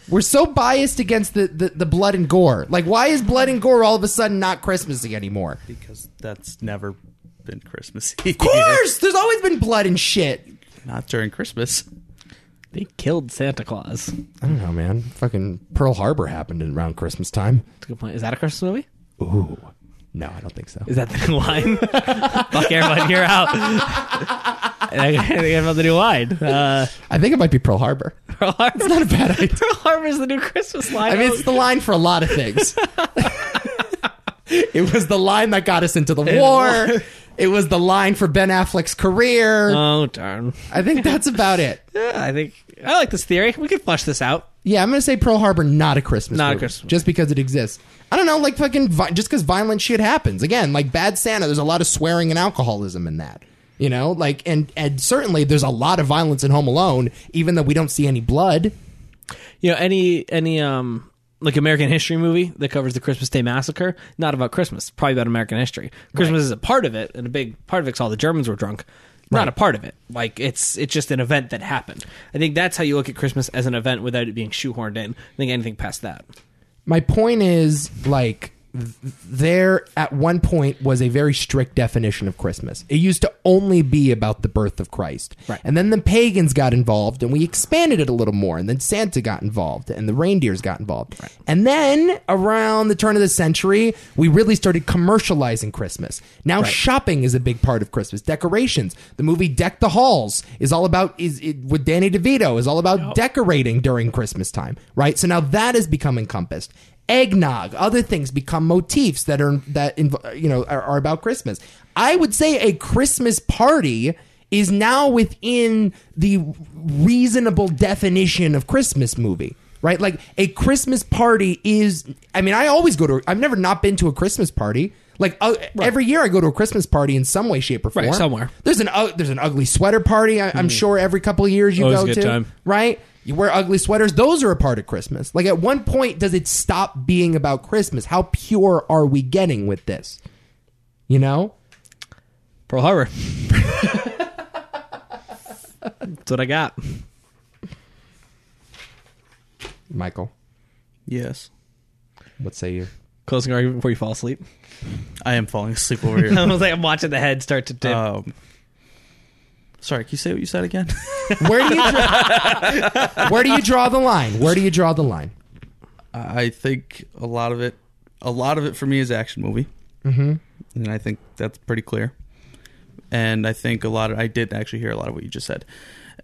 A: We're so biased against the, the, the blood and gore. Like, why is blood and gore all of a sudden not Christmassy anymore? Of
B: because that's never been Christmas. Of
A: course! There's always been blood and shit.
B: not during Christmas.
C: they killed Santa Claus. That's
A: I don't know, man. Fucking Pearl Harbor happened in around Christmas time.
C: a good point. Is that a Christmas movie?
A: Ooh. No, I don't think so.
C: Is that the line? Fuck Airbud, you're out. And I think I found the new line. Uh,
A: I think it might be Pearl Harbor.
C: Pearl Harbor's
A: Not a bad idea.
C: Pearl Harbor's the new Christmas line.
A: I mean, it's the line for a lot of things. it was the line that got us into the war. It was the line for Ben Affleck's career.
C: oh darn.
A: I think that's about it.
C: Yeah, I think I like this theory. We could flush this out.
A: Yeah, I'm gonna say Pearl Harbor, not a Christmas,
C: Not a
A: movie,
C: Christmas
A: just because it exists. I don't know, like fucking, vi- just because violent shit happens again, like Bad Santa. There's a lot of swearing and alcoholism in that, you know, like and and certainly there's a lot of violence in Home Alone, even though we don't see any blood.
C: You know, any any um like American history movie that covers the Christmas Day massacre, not about Christmas, probably about American history. Christmas is a part of it, and a big part of it's all the Germans were drunk. Not a part of it. Like it's it's just an event that happened. I think that's how you look at Christmas as an event without it being shoehorned in. I think anything past that.
A: my point is like th- there at one point was a very strict definition of christmas it used to only be about the birth of christ
C: Right.
A: and then the pagans got involved and we expanded it a little more and then santa got involved and the reindeers got involved and then around the turn of the century we really started commercializing christmas now shopping is a big part of christmas decorations the movie deck the halls is all about is it, with danny devito is all about decorating during christmas time right so now that has become encompassed eggnog other things become motifs that are that inv- you know are, are about christmas i would say a christmas party is now within the reasonable definition of christmas movie right like a christmas party is i mean i always go to i've never not been to a christmas party like uh, every year i go to a christmas party in some way shape or form
C: Right, somewhere. Mm-hmm.
A: there's an u- there's an ugly sweater party I, i'm sure every couple of years you
C: Always
A: go
C: a good
A: to
C: time.
A: right? You wear ugly sweaters. Those are a part of Christmas. Like, at one point, does it stop being about Christmas? How pure are we getting with this? You know?
C: Pearl Harbor. That's what I got.
A: Michael,
B: Yes.
A: what say you?
C: Closing argument before you fall asleep.
B: I am falling asleep over
C: I
B: here.
C: was like, I'm watching the head start to dip.
B: um, sorry, can you say what you said again?
A: Where do you draw, where do you draw the line? Where do you draw the line?
B: I I think a lot of it, a lot of it for me is action movie, mm-hmm. and I think that's pretty clear. And I think a lot of I did actually hear a lot of what you just said,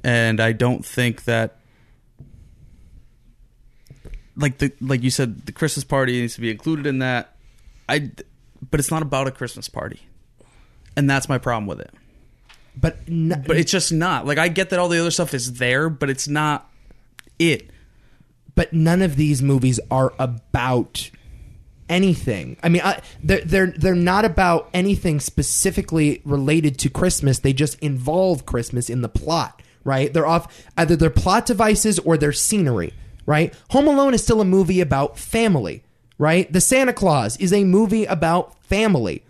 B: and I don't think that, like the like you said, the Christmas party needs to be included in that. I, but it's not about a Christmas party, and that's my problem with it.
A: But, n-
B: But
A: but,
B: it's just not like I get that all the other stuff is there, but it's not it.
A: none of these movies are about anything. I mean, I, they're, they're, they're not about anything specifically related to Christmas. They just involve Christmas in the plot, right? They're off either their plot devices or their scenery, right? Home Alone is still a movie about family, right? The Santa Claus is a movie about family.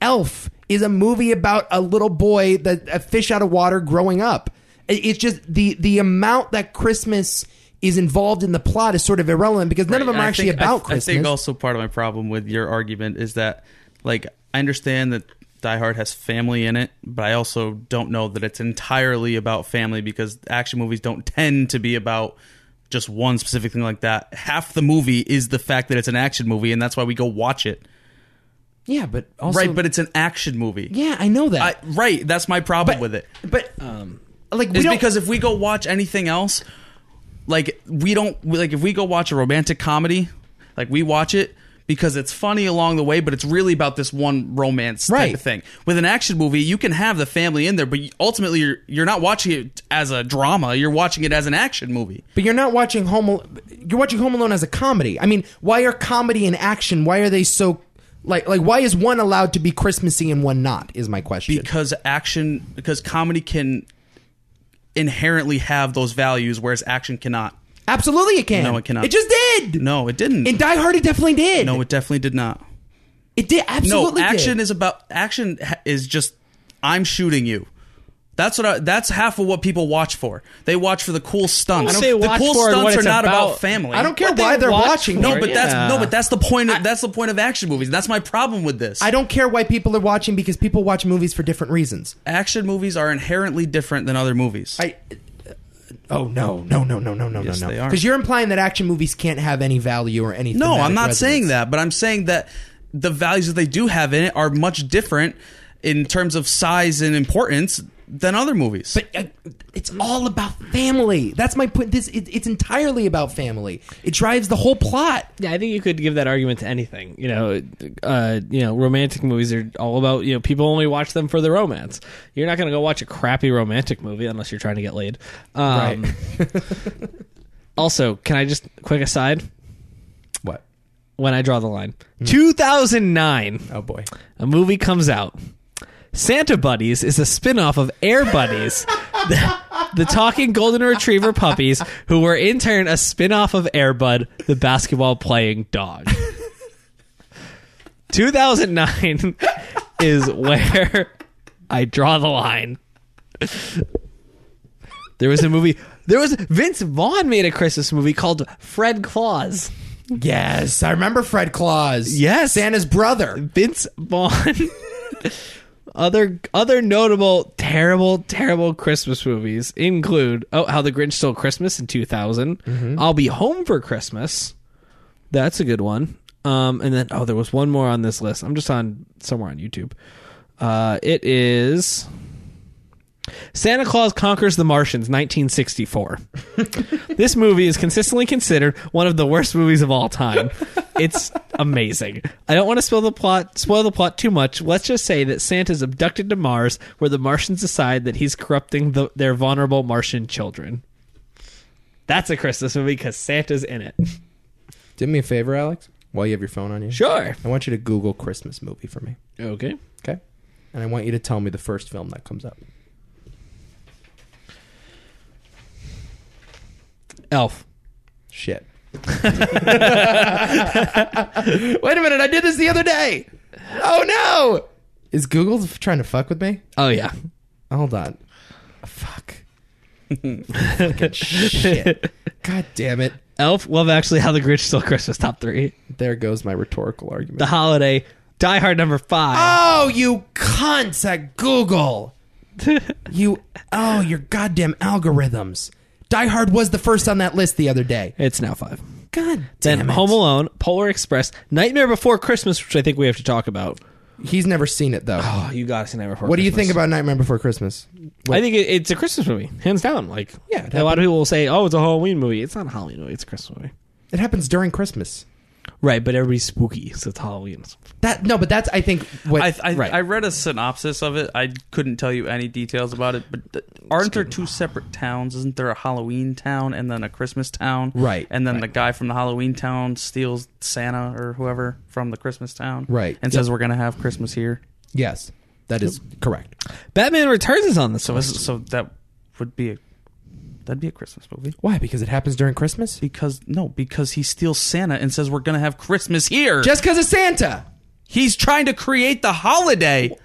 A: Elf is a movie about a little boy that a fish out of water growing up. It- It's just the the amount that Christmas is involved in the plot is sort of irrelevant because none of them
B: And
A: are
B: I
A: actually
B: think- I-
A: about Christmas.
B: I think also part of my problem with your argument is that, like, I understand that Die Hard has family in it, but I also don't know that it's entirely about family because action movies don't tend to be about just one specific thing like that. Half the movie is the fact that it's an action movie, and that's why we go watch it,
A: Yeah, but also,
B: right? But it's an action movie,
A: yeah, I know
B: I,
A: that.
B: right? That's my problem
A: but
B: with it.
A: but like we
B: Is
A: don't,
B: um, because if we go watch anything else, like we don't like if we go watch a romantic comedy, like we watch it because it's funny along the way, but it's really about this one romance type
A: Right.
B: of thing. With an action movie, you can have the family in there, but you- ultimately you're you're not watching it as a drama. You're watching it as an action movie.
A: but you're not watching Home. Al- You're watching Home Alone as a comedy. I mean, why are comedy and action? Why are they so like like why is one allowed to be Christmassy and one not? Is my question.
B: because action because comedy can inherently have those values, whereas action cannot.
A: Absolutely, it can.
B: No, it cannot.
A: It just did.
B: No, it didn't.
A: In Die Hard, it definitely did.
B: no, it definitely did not.
A: It did absolutely.
B: no, action
A: did.
B: is about action ha- is just I'm shooting you. That's what I, that's half of what people watch for. They watch for the cool stunts.
C: I don't-
B: the
C: say watch
B: cool
C: for it,
B: stunts
C: what
B: are
C: it's
B: not about,
C: about.
B: family.
A: I don't care
C: What they
A: why they're
C: watch
A: watching.
C: for
B: No,
A: it.
B: but that's
C: Yeah.
B: no, but that's the point. Of, that's the point of action movies. That's my problem with this.
A: I don't care why people are watching because people watch movies for different reasons.
B: action movies are inherently different than other movies.
A: I.
B: uh,
A: Oh no no no no no no
B: Yes,
A: no no!
B: they are.
A: Because you're implying that action movies can't have any value or anything.
B: no, I'm not saying that, but I'm saying that the values that they do have in it are much different in terms of size and importance than other movies.
A: But uh, it's all about family. That's my point. This it, it's entirely about family. It drives the whole plot.
C: Yeah, I think you could give that argument to anything. You know, uh, you know, romantic movies are all about you know people only watch them for the romance. You're not going to go watch a crappy romantic movie unless you're trying to get laid. Um, also, can I just quick aside
A: What?
C: when I draw the line? 2009,
A: Oh boy.
C: a movie comes out. Santa Buddies is a spin-off of Air Buddies. the, the talking golden retriever puppies who were in turn a spin-off of Air Bud, the basketball playing dog. 2009 is where I draw the line. There was a movie. There was Vince Vaughn made a Christmas movie called Fred Claus.
A: Yes, I remember Fred Claus.
C: Yes.
A: Santa's brother.
C: Vince Vaughn. other other notable terrible terrible Christmas movies include Oh, How the Grinch Stole Christmas in 2000. I'll Be Home for Christmas. That's a good one. Um, and then oh, there was one more on this list. I'm just on somewhere on YouTube. Uh, it is Santa Claus Conquers the Martians, 1964. this movie is consistently considered one of the worst movies of all time. It's amazing. I don't want to spoil the plot. Spoil the plot too much. Let's just say that Santa's abducted to Mars, where the Martians decide that he's corrupting the, their vulnerable Martian children. That's a Christmas movie because Santa's in it.
A: Do me a favor, Alex. While you have your phone on you,
C: Sure.
A: I want you to Google Christmas movie for me.
C: Okay.
A: Okay. And I want you to tell me the first film that comes up.
C: Elf.
A: Shit. Wait a minute, I did this the other day. Oh no! Is Google f- trying to fuck with me?
C: Oh yeah.
A: Hold on. Fuck. Fucking shit. God damn it.
C: Elf. Love Actually. How the Grinch Stole Christmas. Top three.
A: There goes my rhetorical argument.
C: The Holiday. Die Hard number five.
A: oh, you cunts at Google. you oh, your goddamn algorithms. Die Hard was the first on that list the other day.
C: It's now five.
A: God damn
C: Then
A: it.
C: Home Alone, Polar Express, Nightmare Before Christmas, which I think we have to talk about.
A: He's never seen it though.
C: Oh, you got to see Nightmare Before.
A: what do you think about Nightmare Before Christmas?
C: I think it, it's a Christmas movie, hands down. Like,
A: Yeah, it
C: a lot of people will say, "Oh, it's a Halloween movie." It's not a Halloween movie; it's a Christmas movie.
A: It happens during Christmas.
C: Right, but everybody's spooky, so it's Halloween.
A: That no, but that's I think what
B: I, I,
C: Right.
B: I read a synopsis of it. I couldn't tell you any details about it, but th- aren't there two separate towns? Isn't there a Halloween town and then a Christmas town?
A: Right.
B: And then the guy from the Halloween town steals Santa or whoever from the Christmas town.
A: Right.
B: And says we're gonna have Christmas here.
A: yes, that is correct.
C: Batman Returns is on this.
B: So
C: list.
B: this is, so that would be a that'd be a Christmas movie.
A: Why? Because it happens during Christmas.
B: Because no, because he steals Santa and says we're gonna have Christmas here.
A: Just because of Santa.
B: He's trying to create the holiday.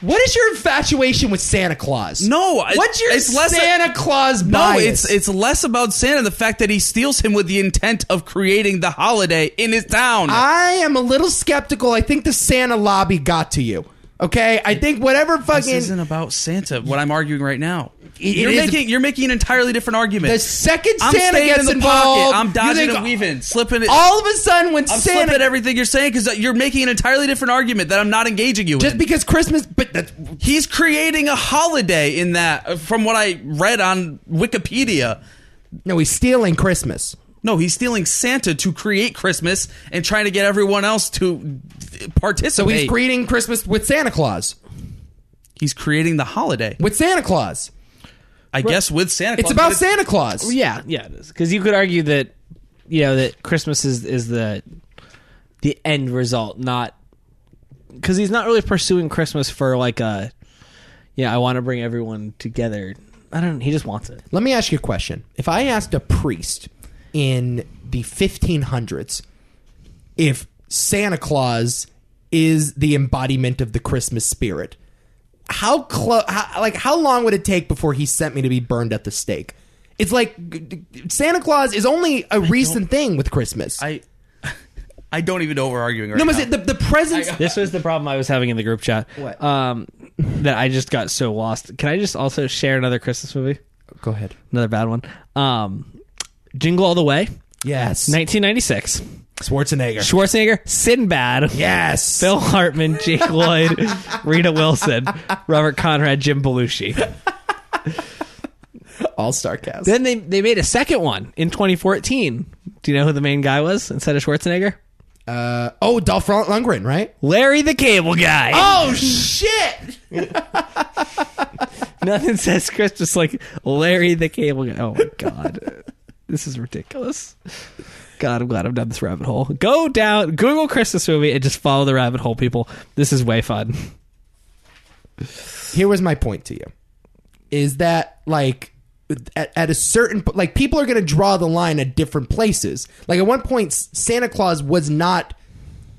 A: What is your infatuation with Santa Claus?
B: No, I-
A: what's your
B: it's less a-
A: Santa Claus
B: No,
A: bias?
B: it's it's less about Santa the fact that he steals him with the intent of creating the holiday in his town.
A: I am a little skeptical. I think the Santa lobby got to you. Okay, I think whatever
B: this isn't
A: fucking
B: about Santa. What I'm arguing right now,
A: It- it
B: you're
A: is-
B: making you're making an entirely different argument.
A: the second
B: I'm
A: Santa
B: staying
A: gets
B: in the
A: involved,
B: pocket. I'm
A: you
B: dodging
A: think
B: and weaving, slipping it.
A: All of a sudden, when
B: I'm
A: Santa
B: slipping everything you're saying because you're making an entirely different argument that I'm not engaging you
A: just
B: in.
A: because Christmas, but that's
B: He's creating a holiday in that, uh, from what I read on Wikipedia.
A: no, he's stealing Christmas.
B: No, he's stealing Santa to create Christmas and trying to get everyone else to uh, participate.
A: So he's creating Christmas with Santa Claus.
B: He's creating the holiday.
A: With Santa Claus,
B: I guess with Santa Claus.
A: it's about
B: but
A: Santa Claus.
C: yeah, yeah, it is. Because you could argue that you know that Christmas is is the the end result, not because he's not really pursuing Christmas for like a yeah. I want to bring everyone together. I don't. He just wants it.
A: Let me ask you a question. If I asked a priest in the 1500s if Santa Claus is the embodiment of the Christmas spirit, how close, how, like, how long would it take before he sent me to be burned at the stake? It's like g- g- Santa Claus is only a recent thing with Christmas.
B: I, I don't even know what we're arguing right
A: no,
B: now.
A: but the, the presence.
C: This was the problem I was having in the group chat.
A: What?
C: Um, that I just got so lost. Can I just also share another Christmas movie?
A: Go ahead.
C: Another bad one. Um, Jingle All the Way,
A: Yes.
C: 1996.
A: Schwarzenegger.
C: Schwarzenegger, Sinbad.
A: Yes.
C: Bill Hartman, Jake Lloyd, Rita Wilson, Robert Conrad, Jim Belushi.
A: All star cast.
C: Then they they made a second one in 2014. Do you know who the main guy was instead of Schwarzenegger?
A: uh, oh, Dolph Lundgren, right?
C: Larry the Cable Guy.
A: Oh shit!
C: Nothing says Christmas like Larry the Cable Guy. Oh my god, this is ridiculous. God, I'm glad I've done this rabbit hole. Go down, Google Christmas movie, and just follow the rabbit hole, people. This is way fun.
A: Here was my point to you: is that like at, at a certain po- like people are going to draw the line at different places. Like at one point, S- Santa Claus was not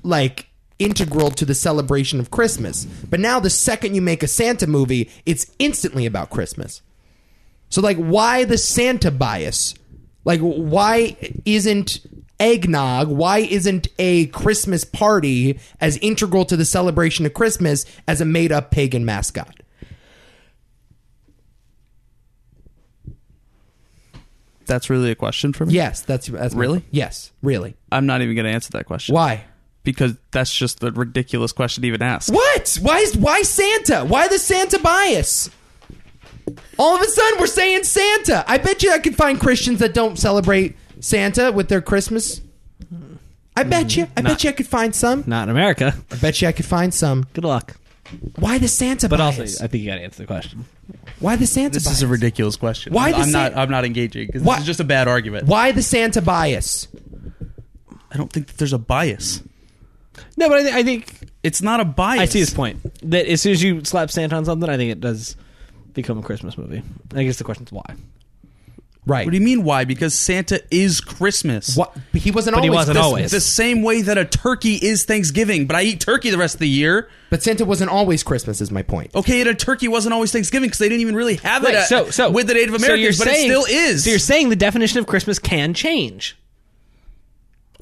A: like integral to the celebration of Christmas, but now the second you make a Santa movie, it's instantly about Christmas. So like why the Santa bias? Like why isn't eggnog, why isn't a Christmas party as integral to the celebration of Christmas as a made up pagan mascot?
B: That's really a question for me.
A: Yes, that's, that's my-
B: Really?
A: yes, really.
B: I'm not even going to answer that question.
A: Why?
B: Because that's just a ridiculous question to even ask.
A: What? Why is why Santa? Why the Santa bias? All of a sudden we're saying Santa. I bet you I can find Christians that don't celebrate Santa with their Christmas. I
B: Mm-hmm.
A: bet you. I bet you I could find some.
C: Not in America.
A: I bet you I could find some.
C: Good luck.
A: Why the Santa
C: But
A: bias?
C: also, I think you got to answer the question.
A: why the Santa
B: This
A: bias?
B: is a ridiculous question.
A: Why
B: I'm
A: does
B: not.
A: it-
B: I'm not engaging because
A: Why-
B: this is just a bad argument.
A: why the Santa bias?
B: I don't think that there's a bias.
C: No, but I, thi- I think
B: It's not a bias.
C: I see his point. That as soon as you slap Santa on something, I think it does become a Christmas movie. I guess the question's why.
A: Right.
B: What do you mean? Why? Because Santa is Christmas.
A: What- but he wasn't
C: But he
A: always
C: wasn't
A: Christmas.
C: always.
B: Oh, The same way that a turkey is Thanksgiving, but I eat turkey the rest of the year.
A: But Santa wasn't always Christmas is my point.
B: Okay, and a turkey wasn't always Thanksgiving because they didn't even really have it
C: Right,
B: at-
C: so, so
B: uh, with the Native
C: so
B: Americans,
C: you're
B: but
C: saying-
B: it still is.
C: So you're saying the definition of Christmas can change,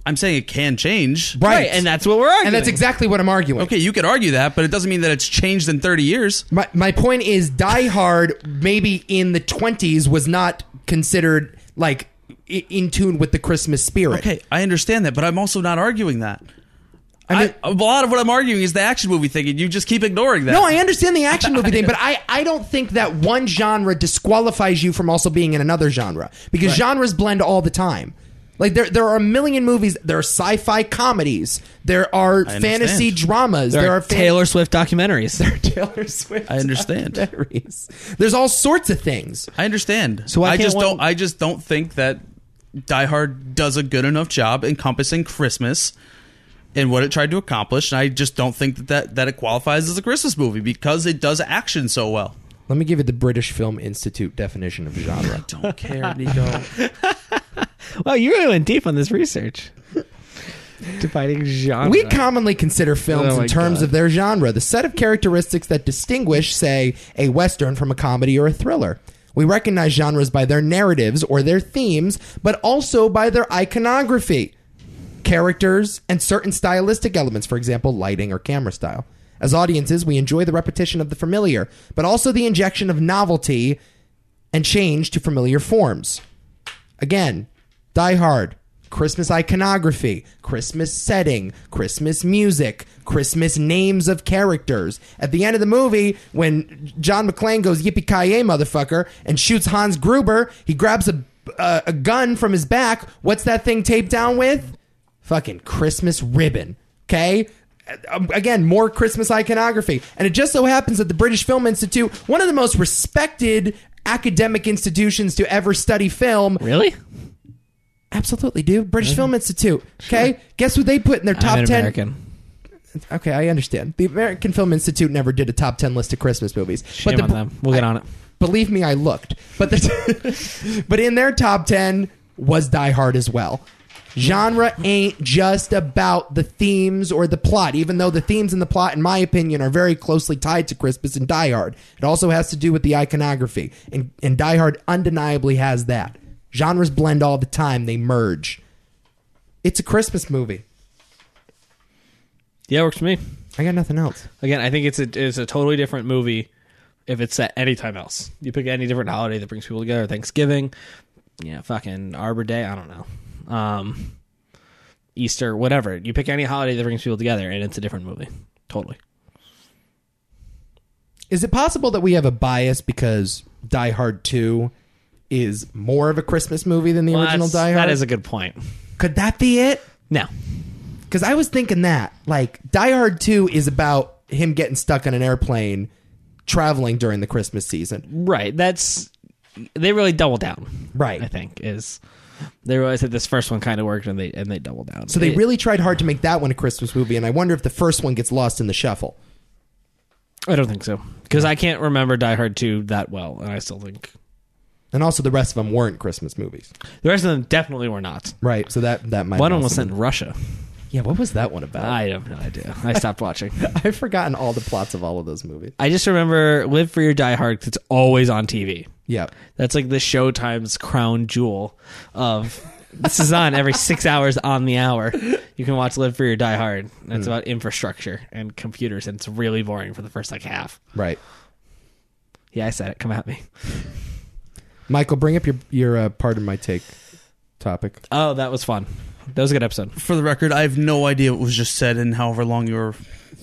B: I'm saying it can change.
A: Right.
C: And that's what we're arguing.
A: And that's exactly what I'm arguing.
B: Okay, you could argue that, but it doesn't mean that it's changed in 30 years.
A: My, my point is Die Hard maybe in the 20s was not considered like i- in tune with the Christmas spirit.
B: Okay, I understand that, but I'm also not arguing that. I
A: I mean-
B: a lot of what I'm arguing is the action movie thing, and you just keep ignoring that.
A: No, I understand the action movie thing, but I, I don't think that one genre disqualifies you from also being in another genre because genres blend all the time. Like there there are a million movies. There are sci-fi comedies. There are fantasy
B: understand.
A: dramas. There,
C: There,
A: are,
C: are Taylor Swift documentaries.
A: Taylor Swift.
B: I understand.
A: documentaries. There's all sorts of things.
B: I understand.
C: So why
B: I
C: can't
B: just
C: one-
B: don't. I just don't think that Die Hard does a good enough job encompassing Christmas and what it tried to accomplish. And I just don't think that that, that it qualifies as a Christmas movie because it does action so well.
A: Let me give you the British Film Institute definition of genre.
B: Don't care, Nico.
C: Wow, you really went deep on this research. Defining genre.
A: We commonly consider films
C: Oh my
A: in terms
C: God.
A: of their genre, the set of characteristics that distinguish, say, a Western from a comedy or a thriller. We recognize genres by their narratives or their themes, but also by their iconography, characters, and certain stylistic elements, for example, lighting or camera style. As audiences, we enjoy the repetition of the familiar, but also the injection of novelty and change to familiar forms. Again, Die Hard, Christmas iconography, Christmas setting, Christmas music, Christmas names of characters. At the end of the movie, when John McClane goes yippee ki yay, motherfucker, and shoots Hans Gruber, he grabs a uh, a gun from his back. What's that thing taped down with? Fucking Christmas ribbon. Okay. Um, Again, more Christmas iconography. And it just so happens that the British Film Institute, one of the most respected academic institutions to ever study film,
C: really?
A: Absolutely, dude. British Film Institute. Okay, guess what they put in their top
C: I'm an
A: ten?
C: American.
A: Okay, I understand. The American Film Institute never did a top ten list of Christmas movies.
C: Shame
A: the,
C: on them. We'll get
A: I-
C: on it.
A: Believe me, I looked. But the, but in their top ten was Die Hard as well. Genre ain't just about the themes or the plot, even though the themes and the plot, in my opinion, are very closely tied to Christmas and Die Hard. It also has to do with the iconography, and, and Die Hard undeniably has that. Genres blend all the time, they merge. It's a Christmas movie.
C: Yeah, it works for me.
A: I got nothing else.
C: Again, I think it's a it's a totally different movie if it's set any time else. You pick any different holiday that brings people together. Thanksgiving, yeah, fucking Arbor Day. I don't know, um, Easter, whatever. You pick any holiday that brings people together, and it's a different movie. Totally.
A: Is it possible that we have a bias because Die Hard 2 is more of a Christmas movie than the
C: Well,
A: original
C: that's-
A: Die Hard.
C: That is a good point.
A: Could that be it?
C: No.
A: Because I was thinking that. Like, Die Hard 2 is about him getting stuck on an airplane traveling during the Christmas season.
C: Right. That's they really double down.
A: Right.
C: I think is they realized that this first one kind of worked and they and they double down.
A: So they
C: It-
A: really tried hard to make that one a Christmas movie, and I wonder if the first one gets lost in the shuffle.
C: I don't think so because I can't remember Die Hard two that well, and I still think
A: And also, the rest of them weren't Christmas movies.
C: the rest of them definitely were not.
A: Right. So that, that might
C: One
A: be
C: of them was
A: awesome.
C: sent in Russia.
A: Yeah, what was that one about?
C: I have no idea. I stopped watching.
A: I've forgotten all the plots of all of those movies.
C: I just remember Live for Your Die Hard 'cause it's always on TV.
A: Yeah.
C: That's like the Showtime's crown jewel of this is on every six hours on the hour. You can watch Live for Your Die Hard. And It's about infrastructure and computers, and it's really boring for the first like half.
A: Right.
C: Yeah, I said it. Come at me.
A: Michael, bring up your your uh, pardon my take topic.
C: Oh, that was fun. That was a good episode.
B: For the record, I have no idea what was just said and however long you were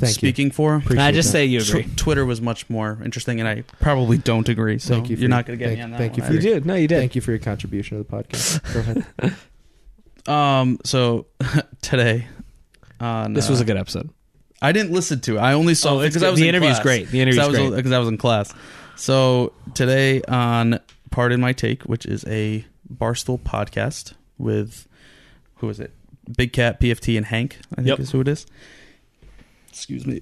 A: you.
B: speaking for.
A: Appreciate
C: I just
A: that.
C: say you
B: Tw-
C: agree.
B: Twitter was much more interesting, and I probably don't agree. So
A: Thank you for
B: are
A: your-
B: not going to get
A: thank-
B: me on that.
A: thank you
B: one
A: for your-
B: either.
C: did. No, you did.
A: Thank you for your contribution to the podcast. Go ahead.
B: Um. So today, on,
C: This was
B: uh,
C: a good episode.
B: I didn't listen to. it. I only saw
C: Oh,
B: it
C: it's
B: because
C: good.
B: I was
C: The
B: in
C: interview's
B: class.
C: great. The interview's great.
B: because I was in class. So today on Pardon My Take, which is a Barstool podcast with who is it? Big Cat, PFT, and Hank. I think
C: Yep.
B: is who it is. Excuse me.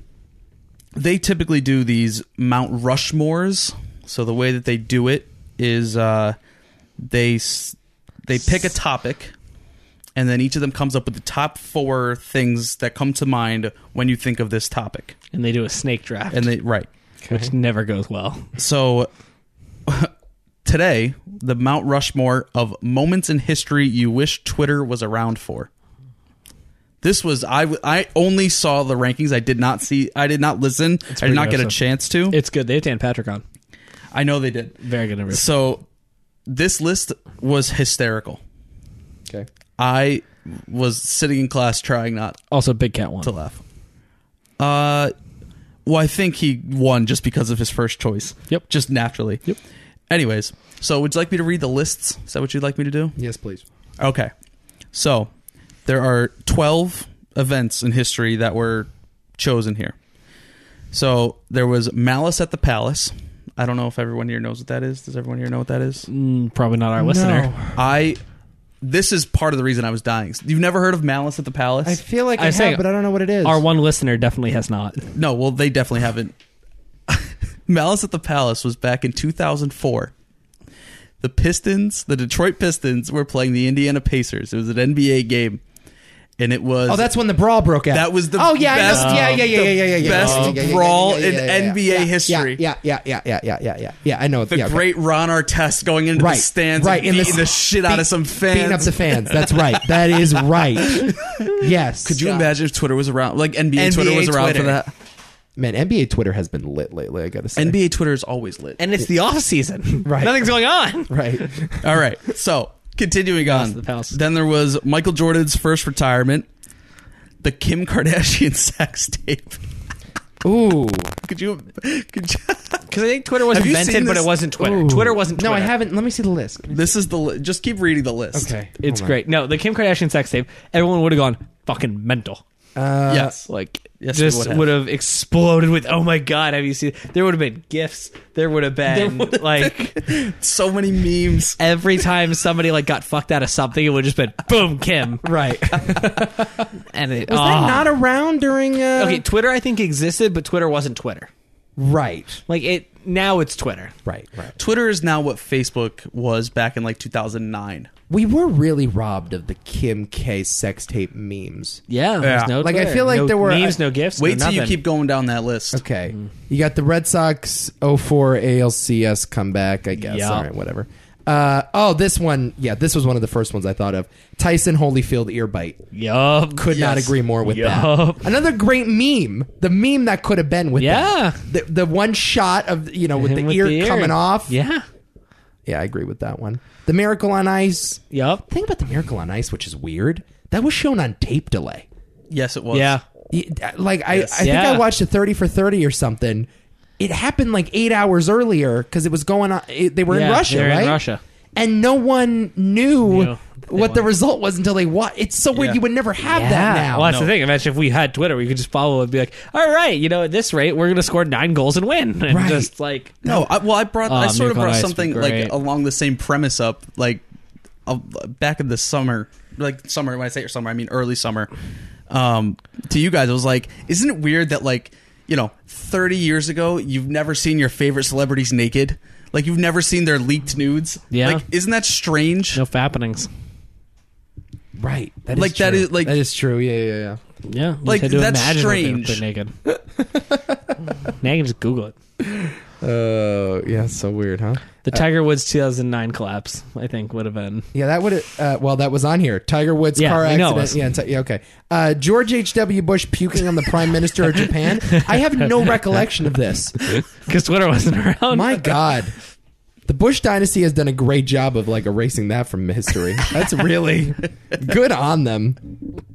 B: They typically do these Mount Rushmores. So the way that they do it is uh, they s- they pick a topic and then each of them comes up with the top four things that come to mind when you think of this topic.
C: And they do a snake draft,
B: And they right.
C: which never goes well.
B: So today, the Mount Rushmore of moments in history you wish Twitter was around for. This was I w- I only saw the rankings. I did not see. I did not listen. I
C: pretty
B: did not get a
C: awesome.
B: chance to.
C: It's good. They have Dan Patrick on.
B: I know they did.
C: Very good interview.
B: So this list was hysterical.
A: Okay.
B: I was sitting in class trying not
C: Also, Big Cat won.
B: to laugh. Uh, well, I think he won just because of his first choice.
C: Yep.
B: Just naturally.
C: Yep.
B: Anyways, so would you like me to read the lists? Is that what you'd like me to do?
A: Yes, please.
B: Okay. So there are 12 events in history that were chosen here. So there was Malice at the Palace. I don't know if everyone here knows what that is. Does everyone here know what that is?
C: Mm, probably not our listener.
B: I. This is part of the reason I was dying. You've never heard of Malice at the Palace?
A: I feel like
C: I
A: I, have,
C: say-
A: but I don't know what it is.
C: Our one listener definitely has not.
B: No, well, they definitely haven't. Malice at the Palace was back in 2004. The Pistons, the Detroit Pistons, were playing the Indiana Pacers. It was an NBA game, and it was
A: oh, that's when the brawl broke out.
B: That was the
A: oh yeah, I
B: best-
A: know. yeah, yeah, yeah, yeah, yeah, yeah, yeah,
B: best
A: yeah, yeah, yeah, yeah,
B: brawl
A: yeah, yeah, yeah,
B: in
A: yeah, yeah.
B: NBA
A: Yeah,
B: history.
A: Yeah, yeah, yeah, yeah, yeah, yeah, yeah. Yeah, I know
B: the
A: yeah, okay.
B: great Ron Artest going into
A: right
B: the stands,
A: right
B: and beating the, shit out
A: beat-
B: of some fans.
A: beating up the fans. That's right. That is right. yes.
B: Could you imagine if Twitter was around, like NBA, Twitter
A: NBA
B: was around
A: Twitter.
B: for that?
A: Man, NBA Twitter has been lit lately. I gotta say.
B: NBA Twitter is always lit.
C: And it's the off season.
A: Right.
C: Nothing's going on.
A: right.
B: All right. So continuing on.
C: the palace.
B: Then there was Michael Jordan's first retirement, the Kim Kardashian sex tape.
A: Ooh.
B: Could you? Could you
C: Because I think Twitter was
B: Have you
C: invented,
B: seen
C: but
B: this-
C: it wasn't Twitter.
A: Ooh.
C: Twitter wasn't Twitter.
A: No, I haven't. Let me see the list.
B: this is the. Li- just keep reading the list.
A: Okay.
C: It's
A: Hold on.
C: great. No, the Kim Kardashian sex tape, everyone would have gone fucking mental.
A: Uh,
B: Yes.
C: Like,
B: Yes, it
C: just
B: would have.
C: would have exploded with, oh my God, have you seen? There would have been gifts. There would have been, like,
B: So many memes.
C: every time somebody, like, got fucked out of something, it would have just been, boom, Kim.
A: Right. Was
C: And it ah.
A: that not around during? Uh,
C: Okay, Twitter, I think, existed, but Twitter wasn't Twitter.
A: Right.
C: Like, it now it's Twitter.
A: Right. Right.
B: Twitter is now what Facebook was back in like 2009.
A: We were really robbed of the Kim K sex tape memes.
C: Yeah.
B: there's no
A: Like, I Twitter. feel like
C: no
A: there were-
C: memes, no gifts.
B: Wait
C: no
B: till you
C: nothing.
B: keep going down that list.
A: Okay. You got the Red Sox 04 ALCS comeback, I guess.
C: Yeah.
A: All right, whatever. Uh, oh, this one. Yeah, this was one of the first ones I thought of. Tyson Holyfield ear bite.
C: Yup.
A: Could not
B: Yes.
A: agree more with
C: Yup.
A: that. Another great meme. The meme that could have been with
C: Yeah.
A: that. The, the one shot of, you know, with, the,
C: Him with
A: ear coming off.
C: Yeah.
A: Yeah, I agree with that one. The Miracle on Ice.
C: Yup.
A: The thing about the Miracle on Ice, which is weird, that was shown on tape delay.
B: Yes, it was.
C: Yeah.
A: Y- uh, Like I, I think
C: Yeah.
A: I watched a thirty for thirty or something. it happened like eight hours earlier because it was going on. It, they were in
C: Yeah,
A: Russia,
C: they were in
A: right?
C: Russia.
A: and no one knew
C: Knew
A: what the
C: they wanted.
A: result was until they watched. It's so weird.
B: Yeah.
A: You would never have that now.
C: Well, that's the thing. Imagine if we had Twitter, we could just follow and be like, "All right, you know, at this rate, we're going to score nine goals and win," and
A: Right.
C: just like
B: No, I, well, I brought I
C: Oh,
B: sort of
C: Miracle on
B: brought
C: Ice would
B: something
C: be
B: like
C: great.
B: along the same premise up, like uh, back in the summer, like summer. When I say summer, I mean early summer. Um, to you guys, I was like, isn't it weird that like you know, thirty years ago, you've never seen your favorite celebrities naked, like you've never seen their leaked nudes.
C: Yeah.
B: like isn't that strange?
C: no fappenings.
A: right? That
B: Like, that
A: true.
B: is, like-
A: that is true. Yeah, yeah, yeah.
C: Yeah, you just
B: Like,
C: had to
B: that's
C: imagine
B: strange.
C: If they're naked. now you can just Google it.
A: Oh, yeah. So weird, huh?
C: The Tiger Woods 2009 collapse, I think, would have been.
A: Yeah, that would. Uh, well, that was on here. Tiger Woods
C: Yeah,
A: car
C: I know it
A: accident.
C: was.
A: Yeah, t- yeah, okay. Uh, George H. W. Bush puking on the Prime Minister of Japan. I have no recollection of this.
C: Because Twitter wasn't around.
A: My God, the Bush dynasty has done a great job of like erasing that from history. That's really good on them.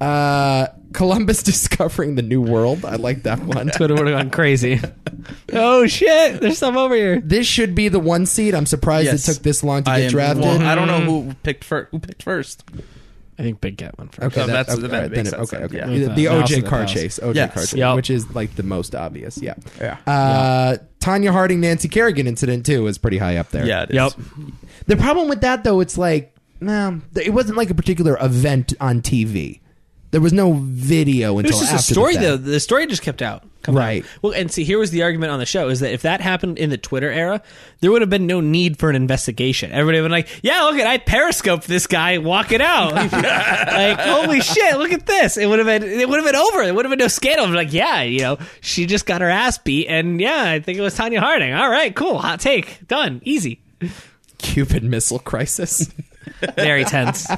A: Uh, Columbus discovering the New World. I like that one.
C: Twitter would have gone crazy. oh, shit. There's some over here.
A: This should be the one seed. I'm surprised
B: Yes.
A: it took this long to
B: I
A: get
B: am-
A: drafted.
B: well, I don't
C: Mm.
B: know who picked first. Who picked first?
C: I think Big Cat went first.
A: Okay,
B: So
A: that-
B: that's-
A: okay,
B: that
A: all right,
B: makes
A: then it-
B: sense
A: okay,
B: then,
A: okay.
C: yeah.
A: The, the
C: Thousand
A: OJ
C: and
A: car
C: thousand.
A: chase, OJ
B: Yes.
A: car chase,
C: Yep.
A: which is like the most obvious. Yeah,
B: Yeah.
A: Uh, Tanya Harding, Nancy Kerrigan incident too is pretty high up there.
B: Yeah, it is.
C: Yep.
A: The problem with that though, it's like, no, th- it wasn't like a particular event on TV. There was no video
C: It
A: until
C: was just
A: after
C: a story,
A: the
C: though.
A: fact.
C: The story just kept out. Come on.
A: Right.
C: Well, and see, here was the argument on the show is that if that happened in the Twitter era, there would have been no need for an investigation. Everybody would have been like, yeah, look at, I periscoped this guy, walk it out. like, holy shit, look at this. It would have been, it would have been over. It would have been no scandal. Like, yeah, you know, she just got her ass beat. And yeah, I think it was Tanya Harding. All right, cool. Hot take. Done. Easy.
A: Cupid Missile Crisis.
C: Very tense.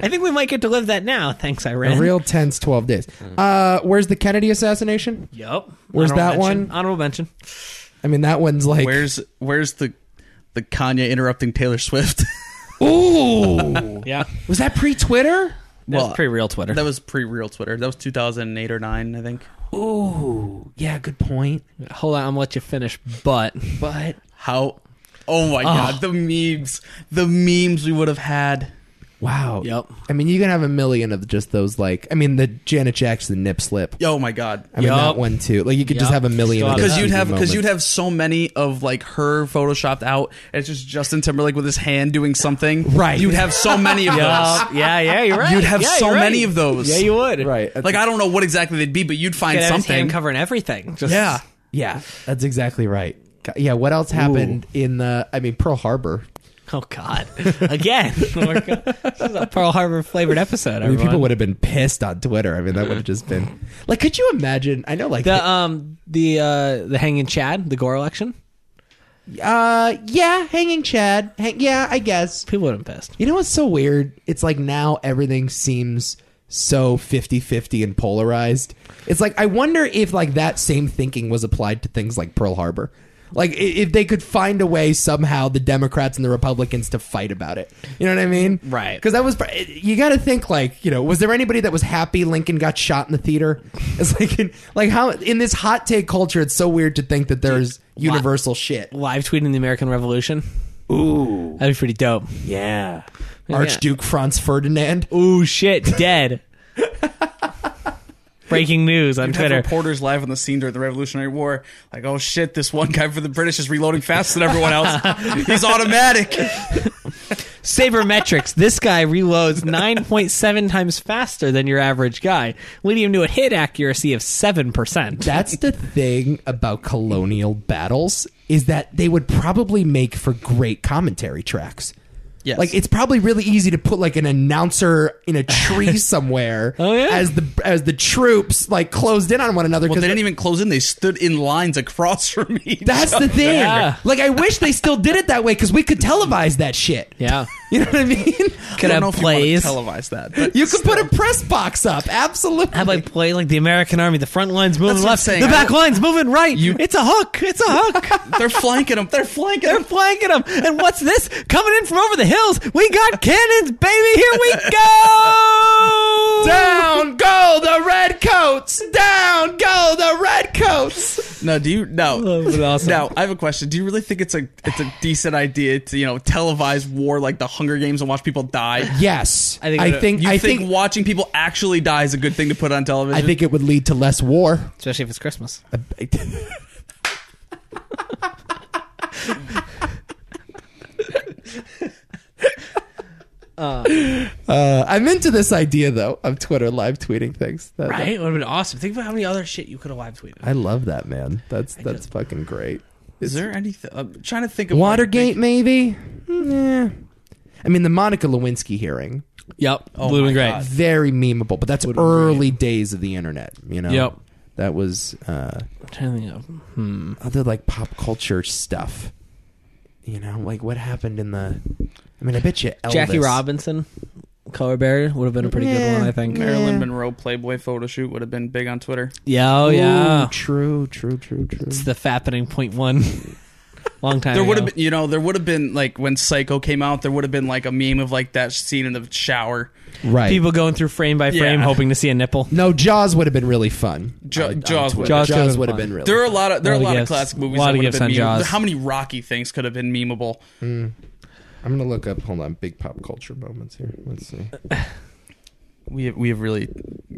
C: I think we might get to live that now. Thanks, Iran.
A: a real tense twelve days. Uh, where's the Kennedy assassination?
C: Yep.
A: Where's
C: Honorable
A: that
C: mention.
A: one?
C: Honorable mention.
A: I mean, that one's like,
B: Where's Where's the the Kanye interrupting Taylor Swift?
A: ooh,
C: Yeah.
A: was that pre-Twitter?
C: Well,
B: Well,
C: was pretty real Twitter.
B: That was pre real Twitter. That was 2008 or 9, I think.
A: Ooh, yeah, good point.
C: Hold on, I'm gonna let you finish. But
A: But
B: How. Oh my God. The memes. The memes we would have had.
A: Wow.
C: Yep.
A: I mean, you can have a million of just those. Like, I mean, the Janet Jackson nip slip.
B: Oh my God.
A: I mean,
C: Yup.
A: that one too. Like, you could just
C: Yup.
A: have a million.
C: Still
A: of those
B: Because you'd
C: have
A: TV
B: have because
A: moments.
B: you'd have so many of like her photoshopped out. And it's just Justin Timberlake with his hand doing something.
A: Right.
B: You'd have so many of those.
C: yeah, yeah, you're right.
B: You'd have
C: Yeah,
B: so
C: you're right.
B: many of those.
C: Yeah, you would.
A: right. That's-
B: Like I don't know what exactly they'd be, but you'd
C: Could
B: find
C: have his hand
B: something.
C: covering everything. Just,
B: Yeah.
A: yeah, that's exactly right. Go- Yeah. What else happened in the? I mean, Pearl Harbor.
C: Oh God. Again. Oh, We're go- this is a Pearl Harbor flavored
A: I
C: episode.
A: mean, people
C: everyone.
A: would have been pissed on Twitter. I mean, that would have just been like. Could you imagine? I know, like,
C: The um the uh the hanging Chad the Gore election.
A: uh, yeah, hanging Chad. Hang, yeah, I guess.
C: People would have been pissed.
A: You know what's so weird? It's like now everything seems so 50-50 and polarized. It's like I wonder if like that same thinking was applied to things like Pearl Harbor. Like i- if they could find a way somehow the Democrats and the Republicans to fight about it. You know what I mean?
C: Right.
A: Cuz that was you got to think like, you know, was there anybody that was happy Lincoln got shot in the theater? It's like in, like how in this hot take culture it's so weird to think that there's universal shit.
C: Live tweeting the American Revolution. Ooh, that'd be pretty dope.
A: Yeah. Archduke Franz Ferdinand.
C: Ooh, shit, dead. Breaking news on
B: You'd have
C: Twitter.
B: reporters live on the scene during the Revolutionary War, like, "Oh shit, this one guy for the British is reloading faster than everyone else. He's automatic."
C: Sabermetrics. this guy reloads 9.7 times faster than your average guy, leading him to a hit accuracy of 7%.
A: That's the thing about colonial battles is that they would probably make for great commentary tracks.
B: Yes.
A: Like it's probably really easy to put like an announcer in a tree somewhere
C: Oh, yeah.
A: as the as the troops like closed in on one another
B: Well,
A: 'cause
B: they didn't even close in. They stood in lines across from me.
A: that's the thing.
C: Yeah.
A: Like I wish they still did it that way cuz we could televise that shit.
C: Yeah.
A: You know what I mean?
C: Could have plays.
B: You wanna televise that. but
A: You could put a press box up. Absolutely.
C: Have like play like the American Army. The front line's moving
B: That's what I'm
C: left,
B: saying.
C: the
B: I
C: back
B: don't-
C: line's moving right. it's a hook. It's a hook.
B: they're flanking them. They're flanking
C: They're
B: them.
C: flanking them. And what's this coming in from over the hills? We got cannons, baby. Here we go.
A: down go the redcoats. Down go the redcoats.
B: No, do you no?
C: Oh, but awesome.
B: Now I have a question. Do you really think it's a it's a decent idea to you know televise war like the Hunger Games and watch people die?
A: Yes,
C: I think
A: I
C: it-
A: think
B: You
A: I
B: think,
A: think,
B: watching people actually die is a good thing to put on television?
A: I think it would lead to less war.
C: Especially if it's Christmas.
A: Uh, I'm into this idea though of Twitter live tweeting things. That-
C: Right? It would have been awesome. Think about how many other shit you could have live tweeted.
A: I love that man. That's that's fucking great.
B: Is there anything? I'm trying to think of like,
A: Watergate maybe? Yeah. I mean the Monica Lewinsky hearing,
C: Yep.
B: Oh
C: Would've
B: my
C: been
B: God.
A: very memeable, but that's early days of the internet, you know.
C: Yep.
A: That was uh,
C: I'm trying to think of. Hmm.
A: other like pop culture stuff. You know, like what happened in the I mean I bet you Elvis.
C: Jackie Robinson, color barrier would have been a pretty good
A: Yeah.
C: one, I think.
A: Yeah.
B: Marilyn Monroe Playboy photo shoot would have been big on Twitter.
C: Yeah, oh
A: Ooh,
C: yeah.
A: True, true, true, true.
C: It's the fappening point one. Long time
B: There would
C: ago.
B: have been, you know, there would have been like when Psycho came out, there would have been like a meme of like that scene in the shower.
A: Right.
C: people going through frame by frame
B: Yeah.
C: hoping to see a nipple.
A: no, Jaws would have been really fun.
B: Ja-
A: on- on
B: Jaws would-
A: Twitter.
C: Jaws could've
A: Jaws
C: been
A: would have
C: fun.
A: been really.
B: There are a lot of there are a
C: Lot of
B: lot of
C: gifts.
B: classic movies.
C: Lot
B: that
C: of
B: would have
C: gifts
B: been
C: on
B: meme-
C: Jaws.
B: How many Rocky things could have been memeable?
A: I'm gonna look up. Hold on, big pop culture moments here. Let's see.
B: We have, we have really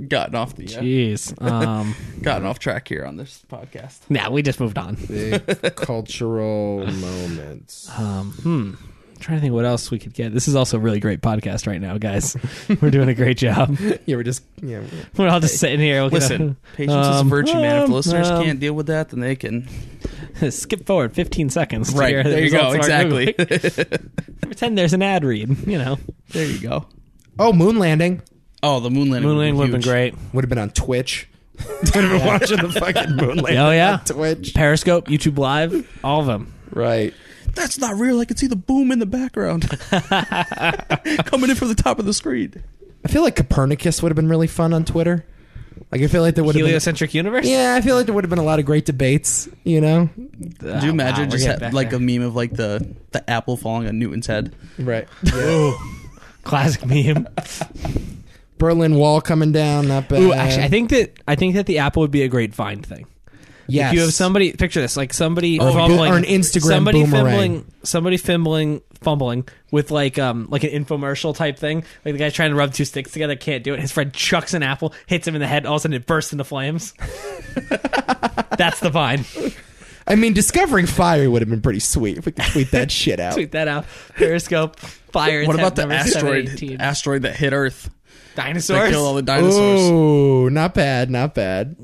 B: gotten off the uh,
C: Jeez. Um,
B: gotten off track here on this podcast.
C: nah, we just moved on.
A: Big cultural moments.
C: Um, hmm. trying to think what else we could get. This is also a really great podcast right now, guys. We're doing a great job.
A: Yeah, we're just yeah. we're-
C: We're all just sitting here. Looking
B: Listen,
C: at-
B: patience is a
C: Um,
B: virtue, man. If
C: um,
B: the listeners
C: um,
B: can't deal with that, then they can.
C: skip forward 15 seconds. to hear
B: Right
C: the
B: there, you go.
C: results of our
B: Exactly.
C: Google. Pretend there's an ad read. You know,
B: there you go.
A: Oh, moon landing
B: Oh, the moon landing.
C: Moon Lane would have been
B: huge.
C: great.
A: would have been on Twitch. would have been watching the fucking moon landing.
C: Oh, yeah.
A: on Twitch.
C: Periscope, YouTube Live, all of them.
A: Right.
B: That's not real. I can see the boom in the background coming in from the top of the screen.
A: I feel like Copernicus would have been really fun on Twitter. Like I feel like there would have been.
C: Heliocentric universe.
A: Yeah, I feel like there would have been a lot of great debates. You know.
B: Could you imagine just ha- like
C: a
B: a meme of like the the apple falling on Newton's head?
A: Right.
C: classic meme?
A: Berlin Wall coming down. Not bad.
C: Ooh, actually, I think that I think that the Apple would be a great find thing.
A: yes.
C: If you have somebody, picture this, like somebody
A: Or a bo-
C: fumbling,
A: or an Instagram
C: somebody
A: boomerang.
C: fumbling, somebody fumbling, fumbling with like um like an infomercial type thing. Like the guy's trying to rub two sticks together, can't do it. His friend chucks an apple, hits him in the head. All of a sudden, it bursts into flames. That's the vine.
A: I mean, discovering fire would have been pretty sweet if we could tweet that shit out.
C: Tweet that out. Periscope. Fire.
B: What about
C: attempt
B: the
C: number
B: asteroid
C: 718.
B: asteroid that hit Earth? That
C: Dinosaurs. Mm.
B: killed all the dinosaurs.
A: Oh, not bad, not bad.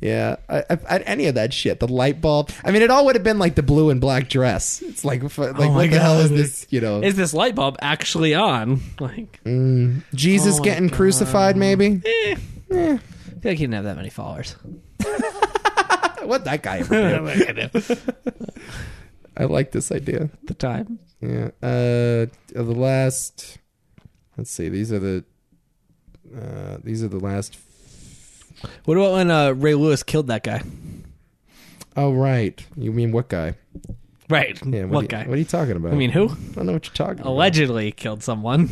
A: Yeah, I, I, I, any of that shit. The light bulb. I mean, it all would have been like the blue and black dress. It's like, f- like
C: Oh my
A: what the hell is
C: God.
A: this? You know,
C: Is this light bulb actually on? Like,
A: Mm. Jesus
C: Oh my
A: getting crucified? Maybe.
C: I feel like he didn't have that many followers.
A: What that guy ever do? I like this idea.
C: At the time.
A: Yeah. Uh, the last. Let's see. These are the. Uh, these are the last.
C: What about when uh, Ray Lewis killed that guy?
A: Oh right. You mean what guy?
C: Right.
A: Yeah. What,
C: what
A: are you-
C: guy?
A: What are you talking about?
C: I mean,
A: I
C: who?
A: don't know what you're talking. about.
C: Allegedly killed someone.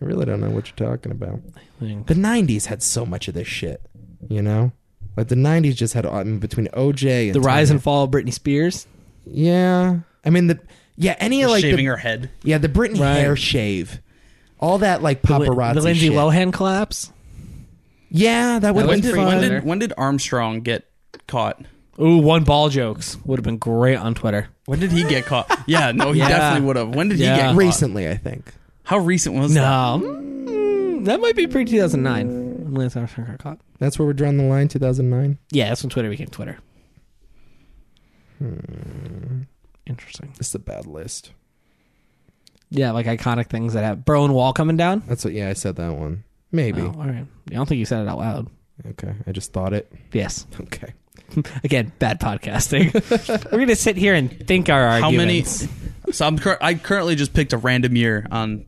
A: I really don't know what you're talking about.
C: I mean,
A: The 90s had so much of this shit, you know? Like the 90s just had I mean, between OJ and
C: The rise
A: Tiny-
C: and fall of Britney Spears.
A: Yeah. I mean the yeah, any like
B: shaving
A: the,
B: her head.
A: Yeah, the Britney
C: Right.
A: hair shave. All that like
C: The Lin-
A: paparazzi
C: The Lindsay
A: shit.
C: Lohan collapse.
A: Yeah, that would
C: That
A: have
C: was
A: been fun.
C: pretty
B: When
C: Wonder.
B: did when did Armstrong get caught?
C: Ooh, one ball jokes would have been great on Twitter.
B: When did he get caught? Yeah, no, he
C: Yeah.
B: definitely would have. When did
C: Yeah.
B: he get caught?
A: Recently, I think.
B: How recent was that?
C: No, mm, that might be pre two thousand nine. Lance Armstrong got caught.
A: That's where we're drawing the line 2009.
C: Yeah, that's when Twitter became Twitter.
B: Hmm.
C: Interesting.
A: This is a bad list.
C: Yeah, like iconic things that have Berlin Wall coming down.
A: That's what yeah, I said that one. Maybe.
C: Oh, all right. I don't think you said it out loud.
A: Okay. I just thought it.
C: Yes.
A: Okay.
C: Again, bad podcasting. We're gonna sit here and think our
B: How many?
C: arguments.
B: So I'm cur- I currently just picked a random year on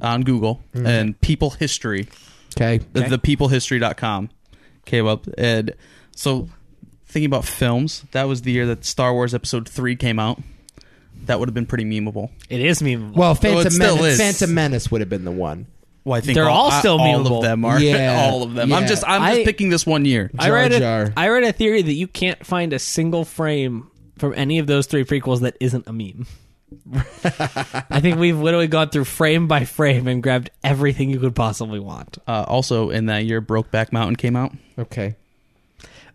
B: on Google
C: Hmm.
B: and People History,
A: Okay.
B: the the peoplehistory.com came up and so thinking about films, that was the year that Star Wars Episode Three came out. That would have been pretty memeable.
C: It is memeable.
A: Well, Phantom
B: still
A: Menace
B: is.
A: Phantom Menace would have been the one.
B: Well, I think
C: They're all still
B: all
C: mutable.
B: of them are.
A: Yeah.
B: all of them. I'm
A: Yeah.
B: just I'm just
C: I-
B: picking this one year.
C: I read
A: Jar.
C: A, I read a theory that you can't find a single frame from any of those three prequels that isn't a meme. I think we've literally gone through frame by frame and grabbed everything you could possibly want.
B: Uh, also, in that year, Brokeback Mountain came out.
A: Okay.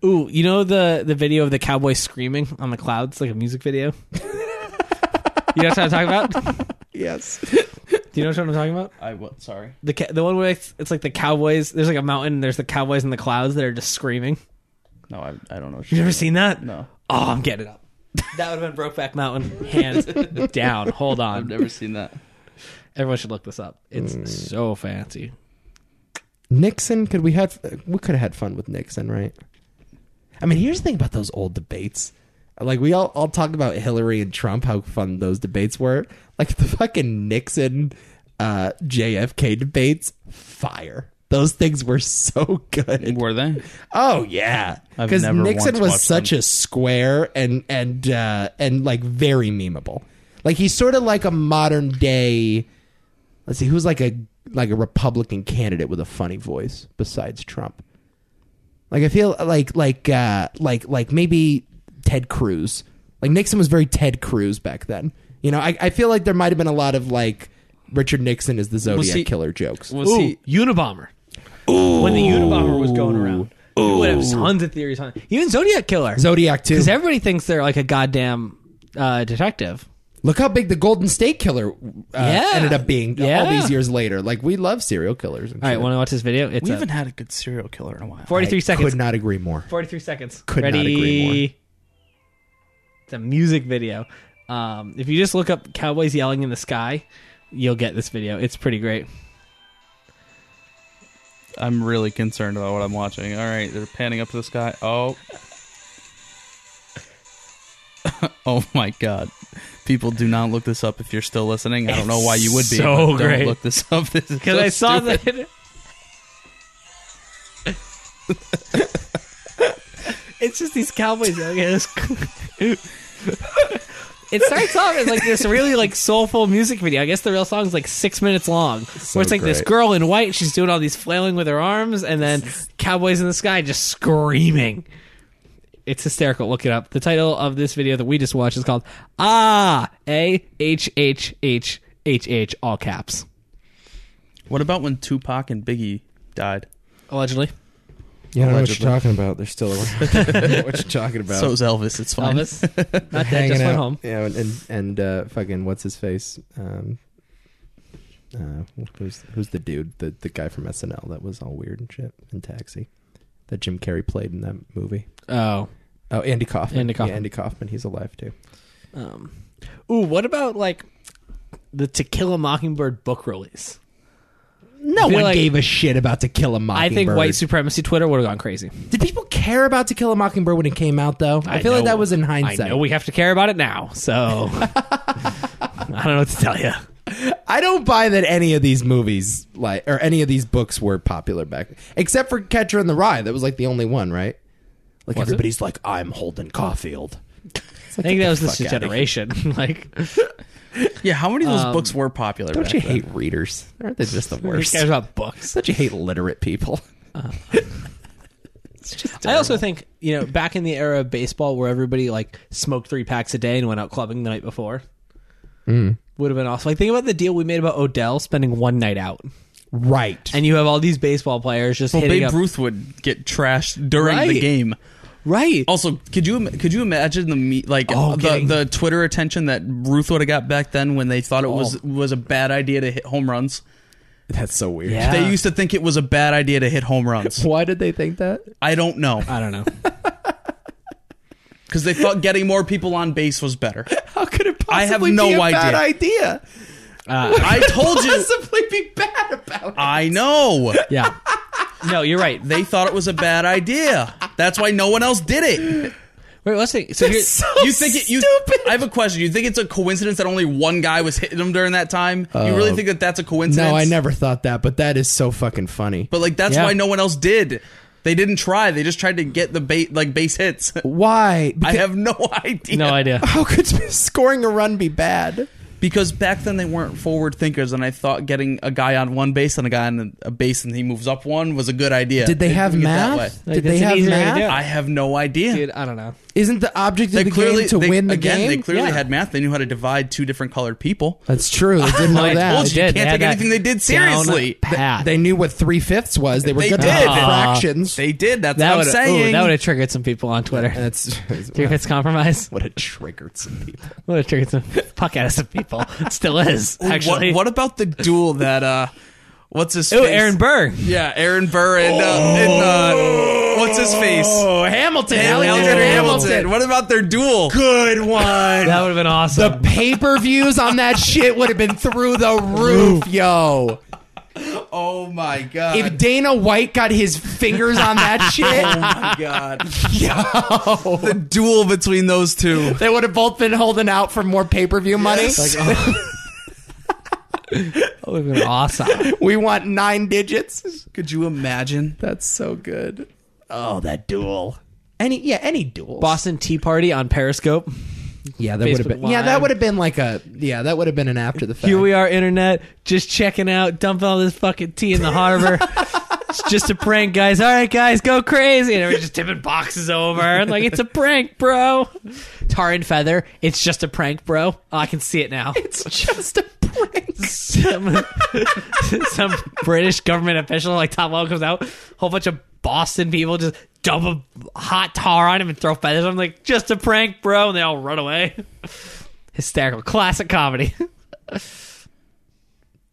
C: Ooh, you know the the video of the cowboy screaming on the clouds like a music video. you know what I'm talking about? Do
A: Yes.
C: you know what I'm talking about?
B: I was sorry.
C: The ca- the one where it's, it's like the cowboys. There's like a mountain. and There's the cowboys in the clouds that are just screaming.
B: No, I, I don't know.
C: You ever seen that?
B: No,
C: Oh, I'm getting it up. That would have been Brokeback Mountain, hands down. Hold on,
B: I've never seen that.
C: everyone should look this up. It's
A: Mm.
C: so fancy.
A: Nixon, could we had we could have had fun with Nixon, right? I mean, here's the thing about those old debates. Like we all all talk about Hillary and Trump, how fun those debates were. Like the fucking Nixon uh JFK debates, fire. Those things were so good.
B: Were they?
A: Oh yeah,
B: I've
A: because
B: never
A: Nixon
B: once
A: was
B: watched
A: such a square and and uh, and like very memeable. Like he's sort of like a modern day. Let's see, who's like a like a Republican candidate with a funny voice besides Trump? Like I feel like like uh, like like maybe Ted Cruz. Like Nixon was very Ted Cruz back then. You know, I, I feel like there might have been a lot of like Richard Nixon is the Zodiac
B: he-
A: killer jokes.
B: Was he?
C: Unabomber. When the Unabomber was going around, people would have tons of theories on it. Even Zodiac Killer.
A: Zodiac too.
C: Because everybody thinks they're like a goddamn uh, detective.
A: Look how big the Golden State Killer uh,
C: Yeah.
A: ended up being all
C: Yeah.
A: these years later. Like we love serial killers. And
C: All right,
A: shit.
C: want to watch this video? It's
B: We
C: a-
B: haven't had a good serial killer in a while.
C: 43
A: I
C: seconds.
A: Could not agree more.
C: 43 seconds.
A: Could not
C: Ready?
A: agree more.
C: It's a music video. Um, if you just look up cowboys yelling in the sky, you'll get this video. It's pretty great.
B: I'm really concerned about what I'm watching. All right, they're panning up to this guy. Oh. oh my god. People do not look this up if you're still listening. I don't know why you would be.
C: so
B: but
C: great.
B: Don't look this up. This is
C: Because
B: so
C: I saw
B: stupid.
C: that. it's just these cowboys yelling at us. It starts off as like this really like soulful music video. I guess the real song's like six minutes long, where it's like this
A: great.
C: girl in white. She's doing all these flailing with her arms, and then cowboys in the sky just screaming. It's hysterical. Look it up. The title of this video that we just watched is called Ah A H H H H H all caps
B: What about when Tupac and Biggie died?
C: allegedly.
A: Yeah, I
B: don't know what you're
A: talking about. They're still around. what you're talking about?
B: So is Elvis. It's fine.
C: Elvis, Oh, not dead, just went home.
A: Yeah, and and, and uh, fucking what's his face? Um, uh, who's who's the dude? The the guy from SNL that was all weird and shit in Taxi, that Jim Carrey played in that movie.
C: Oh,
A: Oh, Andy Kaufman.
C: Andy Kaufman.
A: Yeah, Andy Kaufman. He's alive too.
C: um, ooh, what about like the To Kill a Mockingbird book release?
A: No
C: I feel
A: one
C: like-
A: gave a shit about To Kill a
C: I
A: Mockingbird.
C: think white supremacy Twitter would have gone crazy.
A: Did people care about To Kill a Mockingbird when it came out, though? I, feel like
C: know-
A: that was in
C: I
A: hindsight.
C: know we have to care about it now, so I don't know what to tell you.
A: I don't buy that any of these movies, like or any of these books, were popular back, except for Catcher in the Rye. That was like the only one, right? Like everybody's like, I'm Holden Caulfield. It's
C: I
A: like,
C: think
A: get
C: that
A: the
C: was this
A: fuck outta here.
C: generation. like
B: Yeah, how many of those
C: Um,
B: books were popular?
A: Don't
B: back
A: you
B: then?
A: hate readers? Aren't they just the
C: these
A: worst?
C: guys about books.
A: Don't you hate literate people? It's just
C: I also
A: terrible.
C: think you know back in the era of baseball where everybody like smoked three packs a day and went out clubbing the night before.
B: Hmm.
C: Would have been awesome. Like think about the deal we made about Odell spending one night out.
A: right.
C: and you have all these baseball players just
B: Well,
C: hitting
B: Babe
C: up.
B: Ruth would get trashed during the
C: Right.
B: game.
C: right.
B: Also, could you could you imagine the me- like
C: Oh,
B: the,
C: getting-
B: the Twitter attention that Ruth would have got back then when they thought it
C: Oh.
B: was was a bad idea to hit home runs?
A: That's so weird.
C: Yeah.
B: They used to think it was a bad idea to hit home runs.
A: Why did they think that?
B: I don't know
C: I don't know.
B: because they thought getting more people on base was better.
A: How could it possibly
B: I have no
A: be a
B: idea.
A: bad idea?
B: I told you.
A: Possibly be bad about it.
B: I know.
C: yeah. No, you're right.
B: They thought it was a bad idea. That's why no one else did it.
C: Wait, let's think. So, you're,
A: so
B: You think it? You? I have a question. You think it's a coincidence that only one guy was hitting him during that time? you really think that that's a coincidence?
A: Oh. No, I never thought that, but that is so fucking funny.
B: But like that's
C: Yeah.
B: why no one else did. They didn't try. They just tried to get the bait like base hits.
A: Why?
B: I
A: Because-
B: have no idea.
C: no idea.
A: how could scoring a run be bad?
B: because back then they weren't forward thinkers, and I thought getting a guy on one base and a guy on a base and he moves up one was a good idea.
A: Did they
B: It
A: have
B: didn't get that
A: math?
B: way.
D: Like,
A: Did they
D: that's an
A: have
D: easy way to
A: math?
D: do it.
B: I have no idea.
D: dude. I don't know.
A: Isn't the object of
B: they
A: the
B: clearly
A: game to
B: they-
A: win the
B: again,
A: game?
B: They clearly
D: Yeah.
B: had math. They knew how to divide two different colored people.
A: That's true. They didn't know
B: I
A: that.
B: told you,
C: They
B: you
C: did.
B: can't
C: They
B: take
C: had
B: anything
C: that
B: they did
C: down
B: seriously.
D: Ah.
C: pat.
A: They knew what three fifths was. They were
B: They
A: good
B: did.
A: at
B: Ah.
A: fractions.
B: They did. That's
C: that
B: what
C: would
B: I'm
C: ooh,
B: saying.
C: that would have triggered some people on Twitter.
A: That's
C: Do you think it's compromise?
A: what it triggered some people.
C: Would have triggered some puck out of some people. Still is
B: Ooh,
C: actually.
B: what, what about the duel that uh, what's his?
C: Ooh,
B: face?
C: Aaron Burr.
B: Yeah, Aaron Burr and, uh,
A: Oh.
B: and uh, what's his face?
A: Hamilton,
B: Alexander Hamilton. What about their duel?
A: Good one.
C: That would have been awesome.
A: the pay per views on that shit would have been through the roof, yo.
B: Oh my god!
A: If Dana White got his fingers on that
B: oh
A: shit,
B: my god!
A: yo,
B: the duel between those two. oh,
A: they would have both been holding out for more pay per view money.
C: that would have been awesome.
B: oh.
A: we want nine digits.
B: Could you imagine?
A: That's so good. Oh, that duel. Any yeah, any duel.
C: Boston Tea Party on Periscope.
A: Yeah, that would have
C: Facebook
A: been. Yeah,
C: Live.
A: that would have been like a. Yeah, that would have been an after the fact.
C: Here we are, internet, just checking out, dumping all this fucking tea in the harbor. it's just a prank, guys. All right, guys, go crazy. And we're just tipping boxes over. And like, it's a prank, bro. Tar and feather. It's just a prank, bro. Oh, I can see it now.
A: It's just a prank.
C: some, some British government official like Tom Welling comes out, whole bunch of Boston people just dump a hot tar on him and throw feathers. I'm like, just a prank, bro, and they all run away. Hysterical, classic comedy.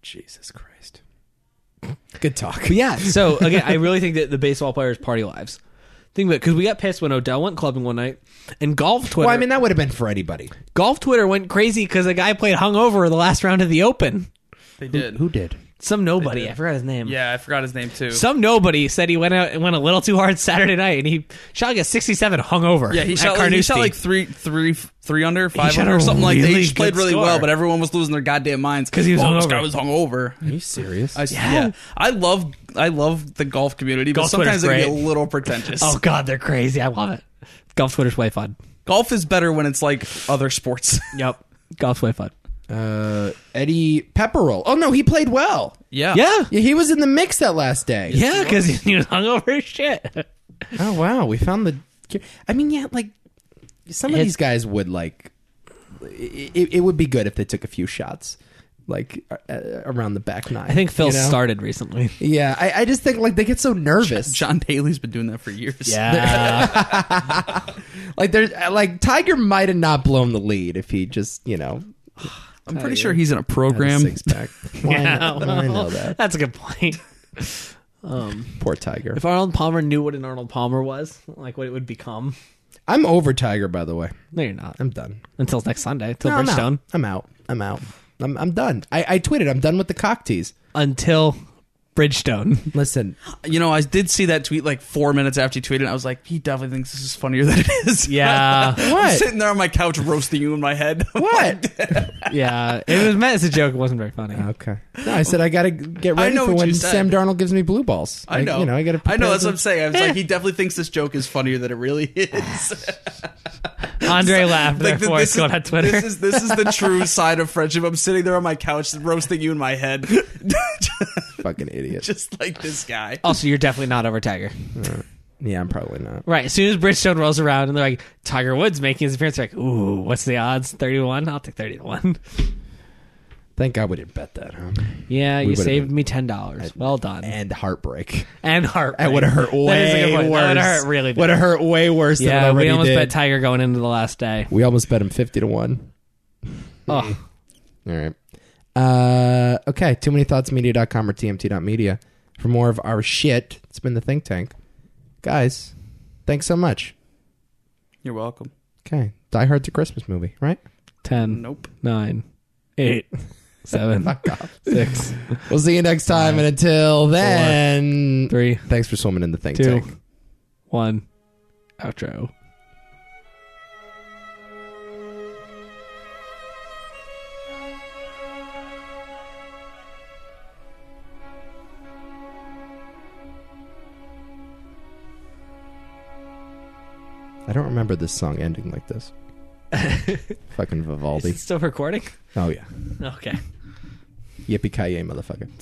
A: Jesus Christ. Good talk.
C: But yeah, so Oh, again, I really think that the baseball players' party lives. Think about because we got pissed when Odell went clubbing one night, and golf Twitter.
A: Well, I mean, that would have been for anybody.
C: golf Twitter went crazy because a guy played hungover the last round of the Open.
B: They did.
A: Who did?
C: Some nobody,
B: did.
C: I forgot his name.
B: Yeah, I forgot his name too.
C: Some nobody said he went out and went a little too hard Saturday night, and he shot like a 67 hungover.
B: yeah, he
C: at
B: shot, like, he shot
C: Carnoustie.
B: like three, three, three under, five
C: shot
B: under,
C: a
B: or something like that.
C: really
B: He just played
C: good
B: really
C: score.
B: well, but everyone was losing their goddamn minds
C: 'Cause he was
B: oh, This
C: hungover.
B: guy was hungover.
A: Are you serious?
B: I, yeah. I love, I love the golf community, but
C: Golf Twitter's
B: sometimes it can be a
C: great.
B: little pretentious.
C: oh god, they're crazy. I love it. Golf Twitter's way fun.
B: Golf is better when it's like other sports.
C: Yep, golf's way fun.
A: uh, Eddie Pepperell. Oh no, he played well.
B: yeah,
C: Yeah,
A: Yeah, he was in the mix that last day.
C: yeah, because he was hungover as shit.
A: Oh wow, we found the. I mean, yeah, like some of
C: It's-
A: these guys would like. It, it would be good if they took a few shots, like uh, around the back nine.
C: I think Phil
A: you know?
C: started recently.
A: Yeah, I, I just think like they get so nervous.
B: John Daly's been doing that for years.
C: Yeah,
A: Like there's like Tiger might have not blown the lead if he just you know
B: I'm pretty sure he's in a program.
A: six pack.
C: yeah.
A: I know
C: well,
A: that
C: That's a good point. Um,
A: poor Tiger.
C: if Arnold Palmer knew what an Arnold Palmer was, like what it would become.
A: I'm over Tiger, by the way.
C: No, you're not.
A: I'm done.
C: Until next Sunday, until
A: No, I'm
C: Bridgestone,
A: out. I'm out. I'm out. I'm, I'm done. I, I tweeted. I'm done with the cock tease.
C: until Bridgestone.
A: Listen,
B: You know, I did see that tweet like four minutes after you tweeted. it. I was like, he definitely thinks this is funnier than it is.
C: Yeah.
B: I'm
A: What?
B: sitting there on my couch roasting you in my head.
A: what?
C: Yeah, it was meant as a joke. It wasn't very funny.
A: okay. No, I said I got to get
B: I
A: ready
B: know
A: for
B: what
A: when
B: you said.
A: Sam Darnold gives me blue balls.
B: I know.
A: you know. I got to.
B: I know. That's what I'm saying. I was like, he definitely thinks this joke is funnier than it really is.
C: Andre laughed.
B: like,
C: therefore,
B: this
C: it's going
B: is,
C: on Twitter.
B: This is this is the true side of friendship. I'm sitting there on my couch roasting you in my head,
A: fucking idiot.
B: just like this guy.
C: also, you're definitely not over Tiger.
A: yeah, I'm probably not.
C: Right. As soon as Bridgestone rolls around and they're like, Tiger Woods making his appearance, they're like, ooh, what's the odds? 31? I'll take 31.
A: Thank God we didn't bet that, huh?
C: Yeah,
A: We
C: you
A: would've
C: saved
A: been-
C: me $10. well done. And,
A: And heartbreak.
C: heart.
A: That would have hurt way
C: is a good point.
A: worse.
C: That would've hurt really bad.
A: Would have hurt way worse than
C: Yeah,
A: what I
C: we
A: already
C: almost
A: did.
C: bet Tiger going into the last day.
A: we almost bet him fifty to one.
C: Oh,
A: All right. Uh, okay. Too many thoughts media.com or tmt.media for more of our shit. It's been the think tank. Guys, thanks so much.
B: You're welcome.
A: Okay. Die Hard's a Christmas movie, right?
C: 10,
B: Nope.
C: 9, 8, 7,
A: Fuck off.
C: 6,
A: We'll see you next time. And until then,
C: 3,
A: thanks for swimming in the think
C: Two.
A: tank.
C: 1. Outro.
A: I don't remember this song ending like this. Fucking Vivaldi.
C: Is it still recording?
A: Oh yeah.
C: Okay.
A: oh, Yippee ki yay, motherfucker.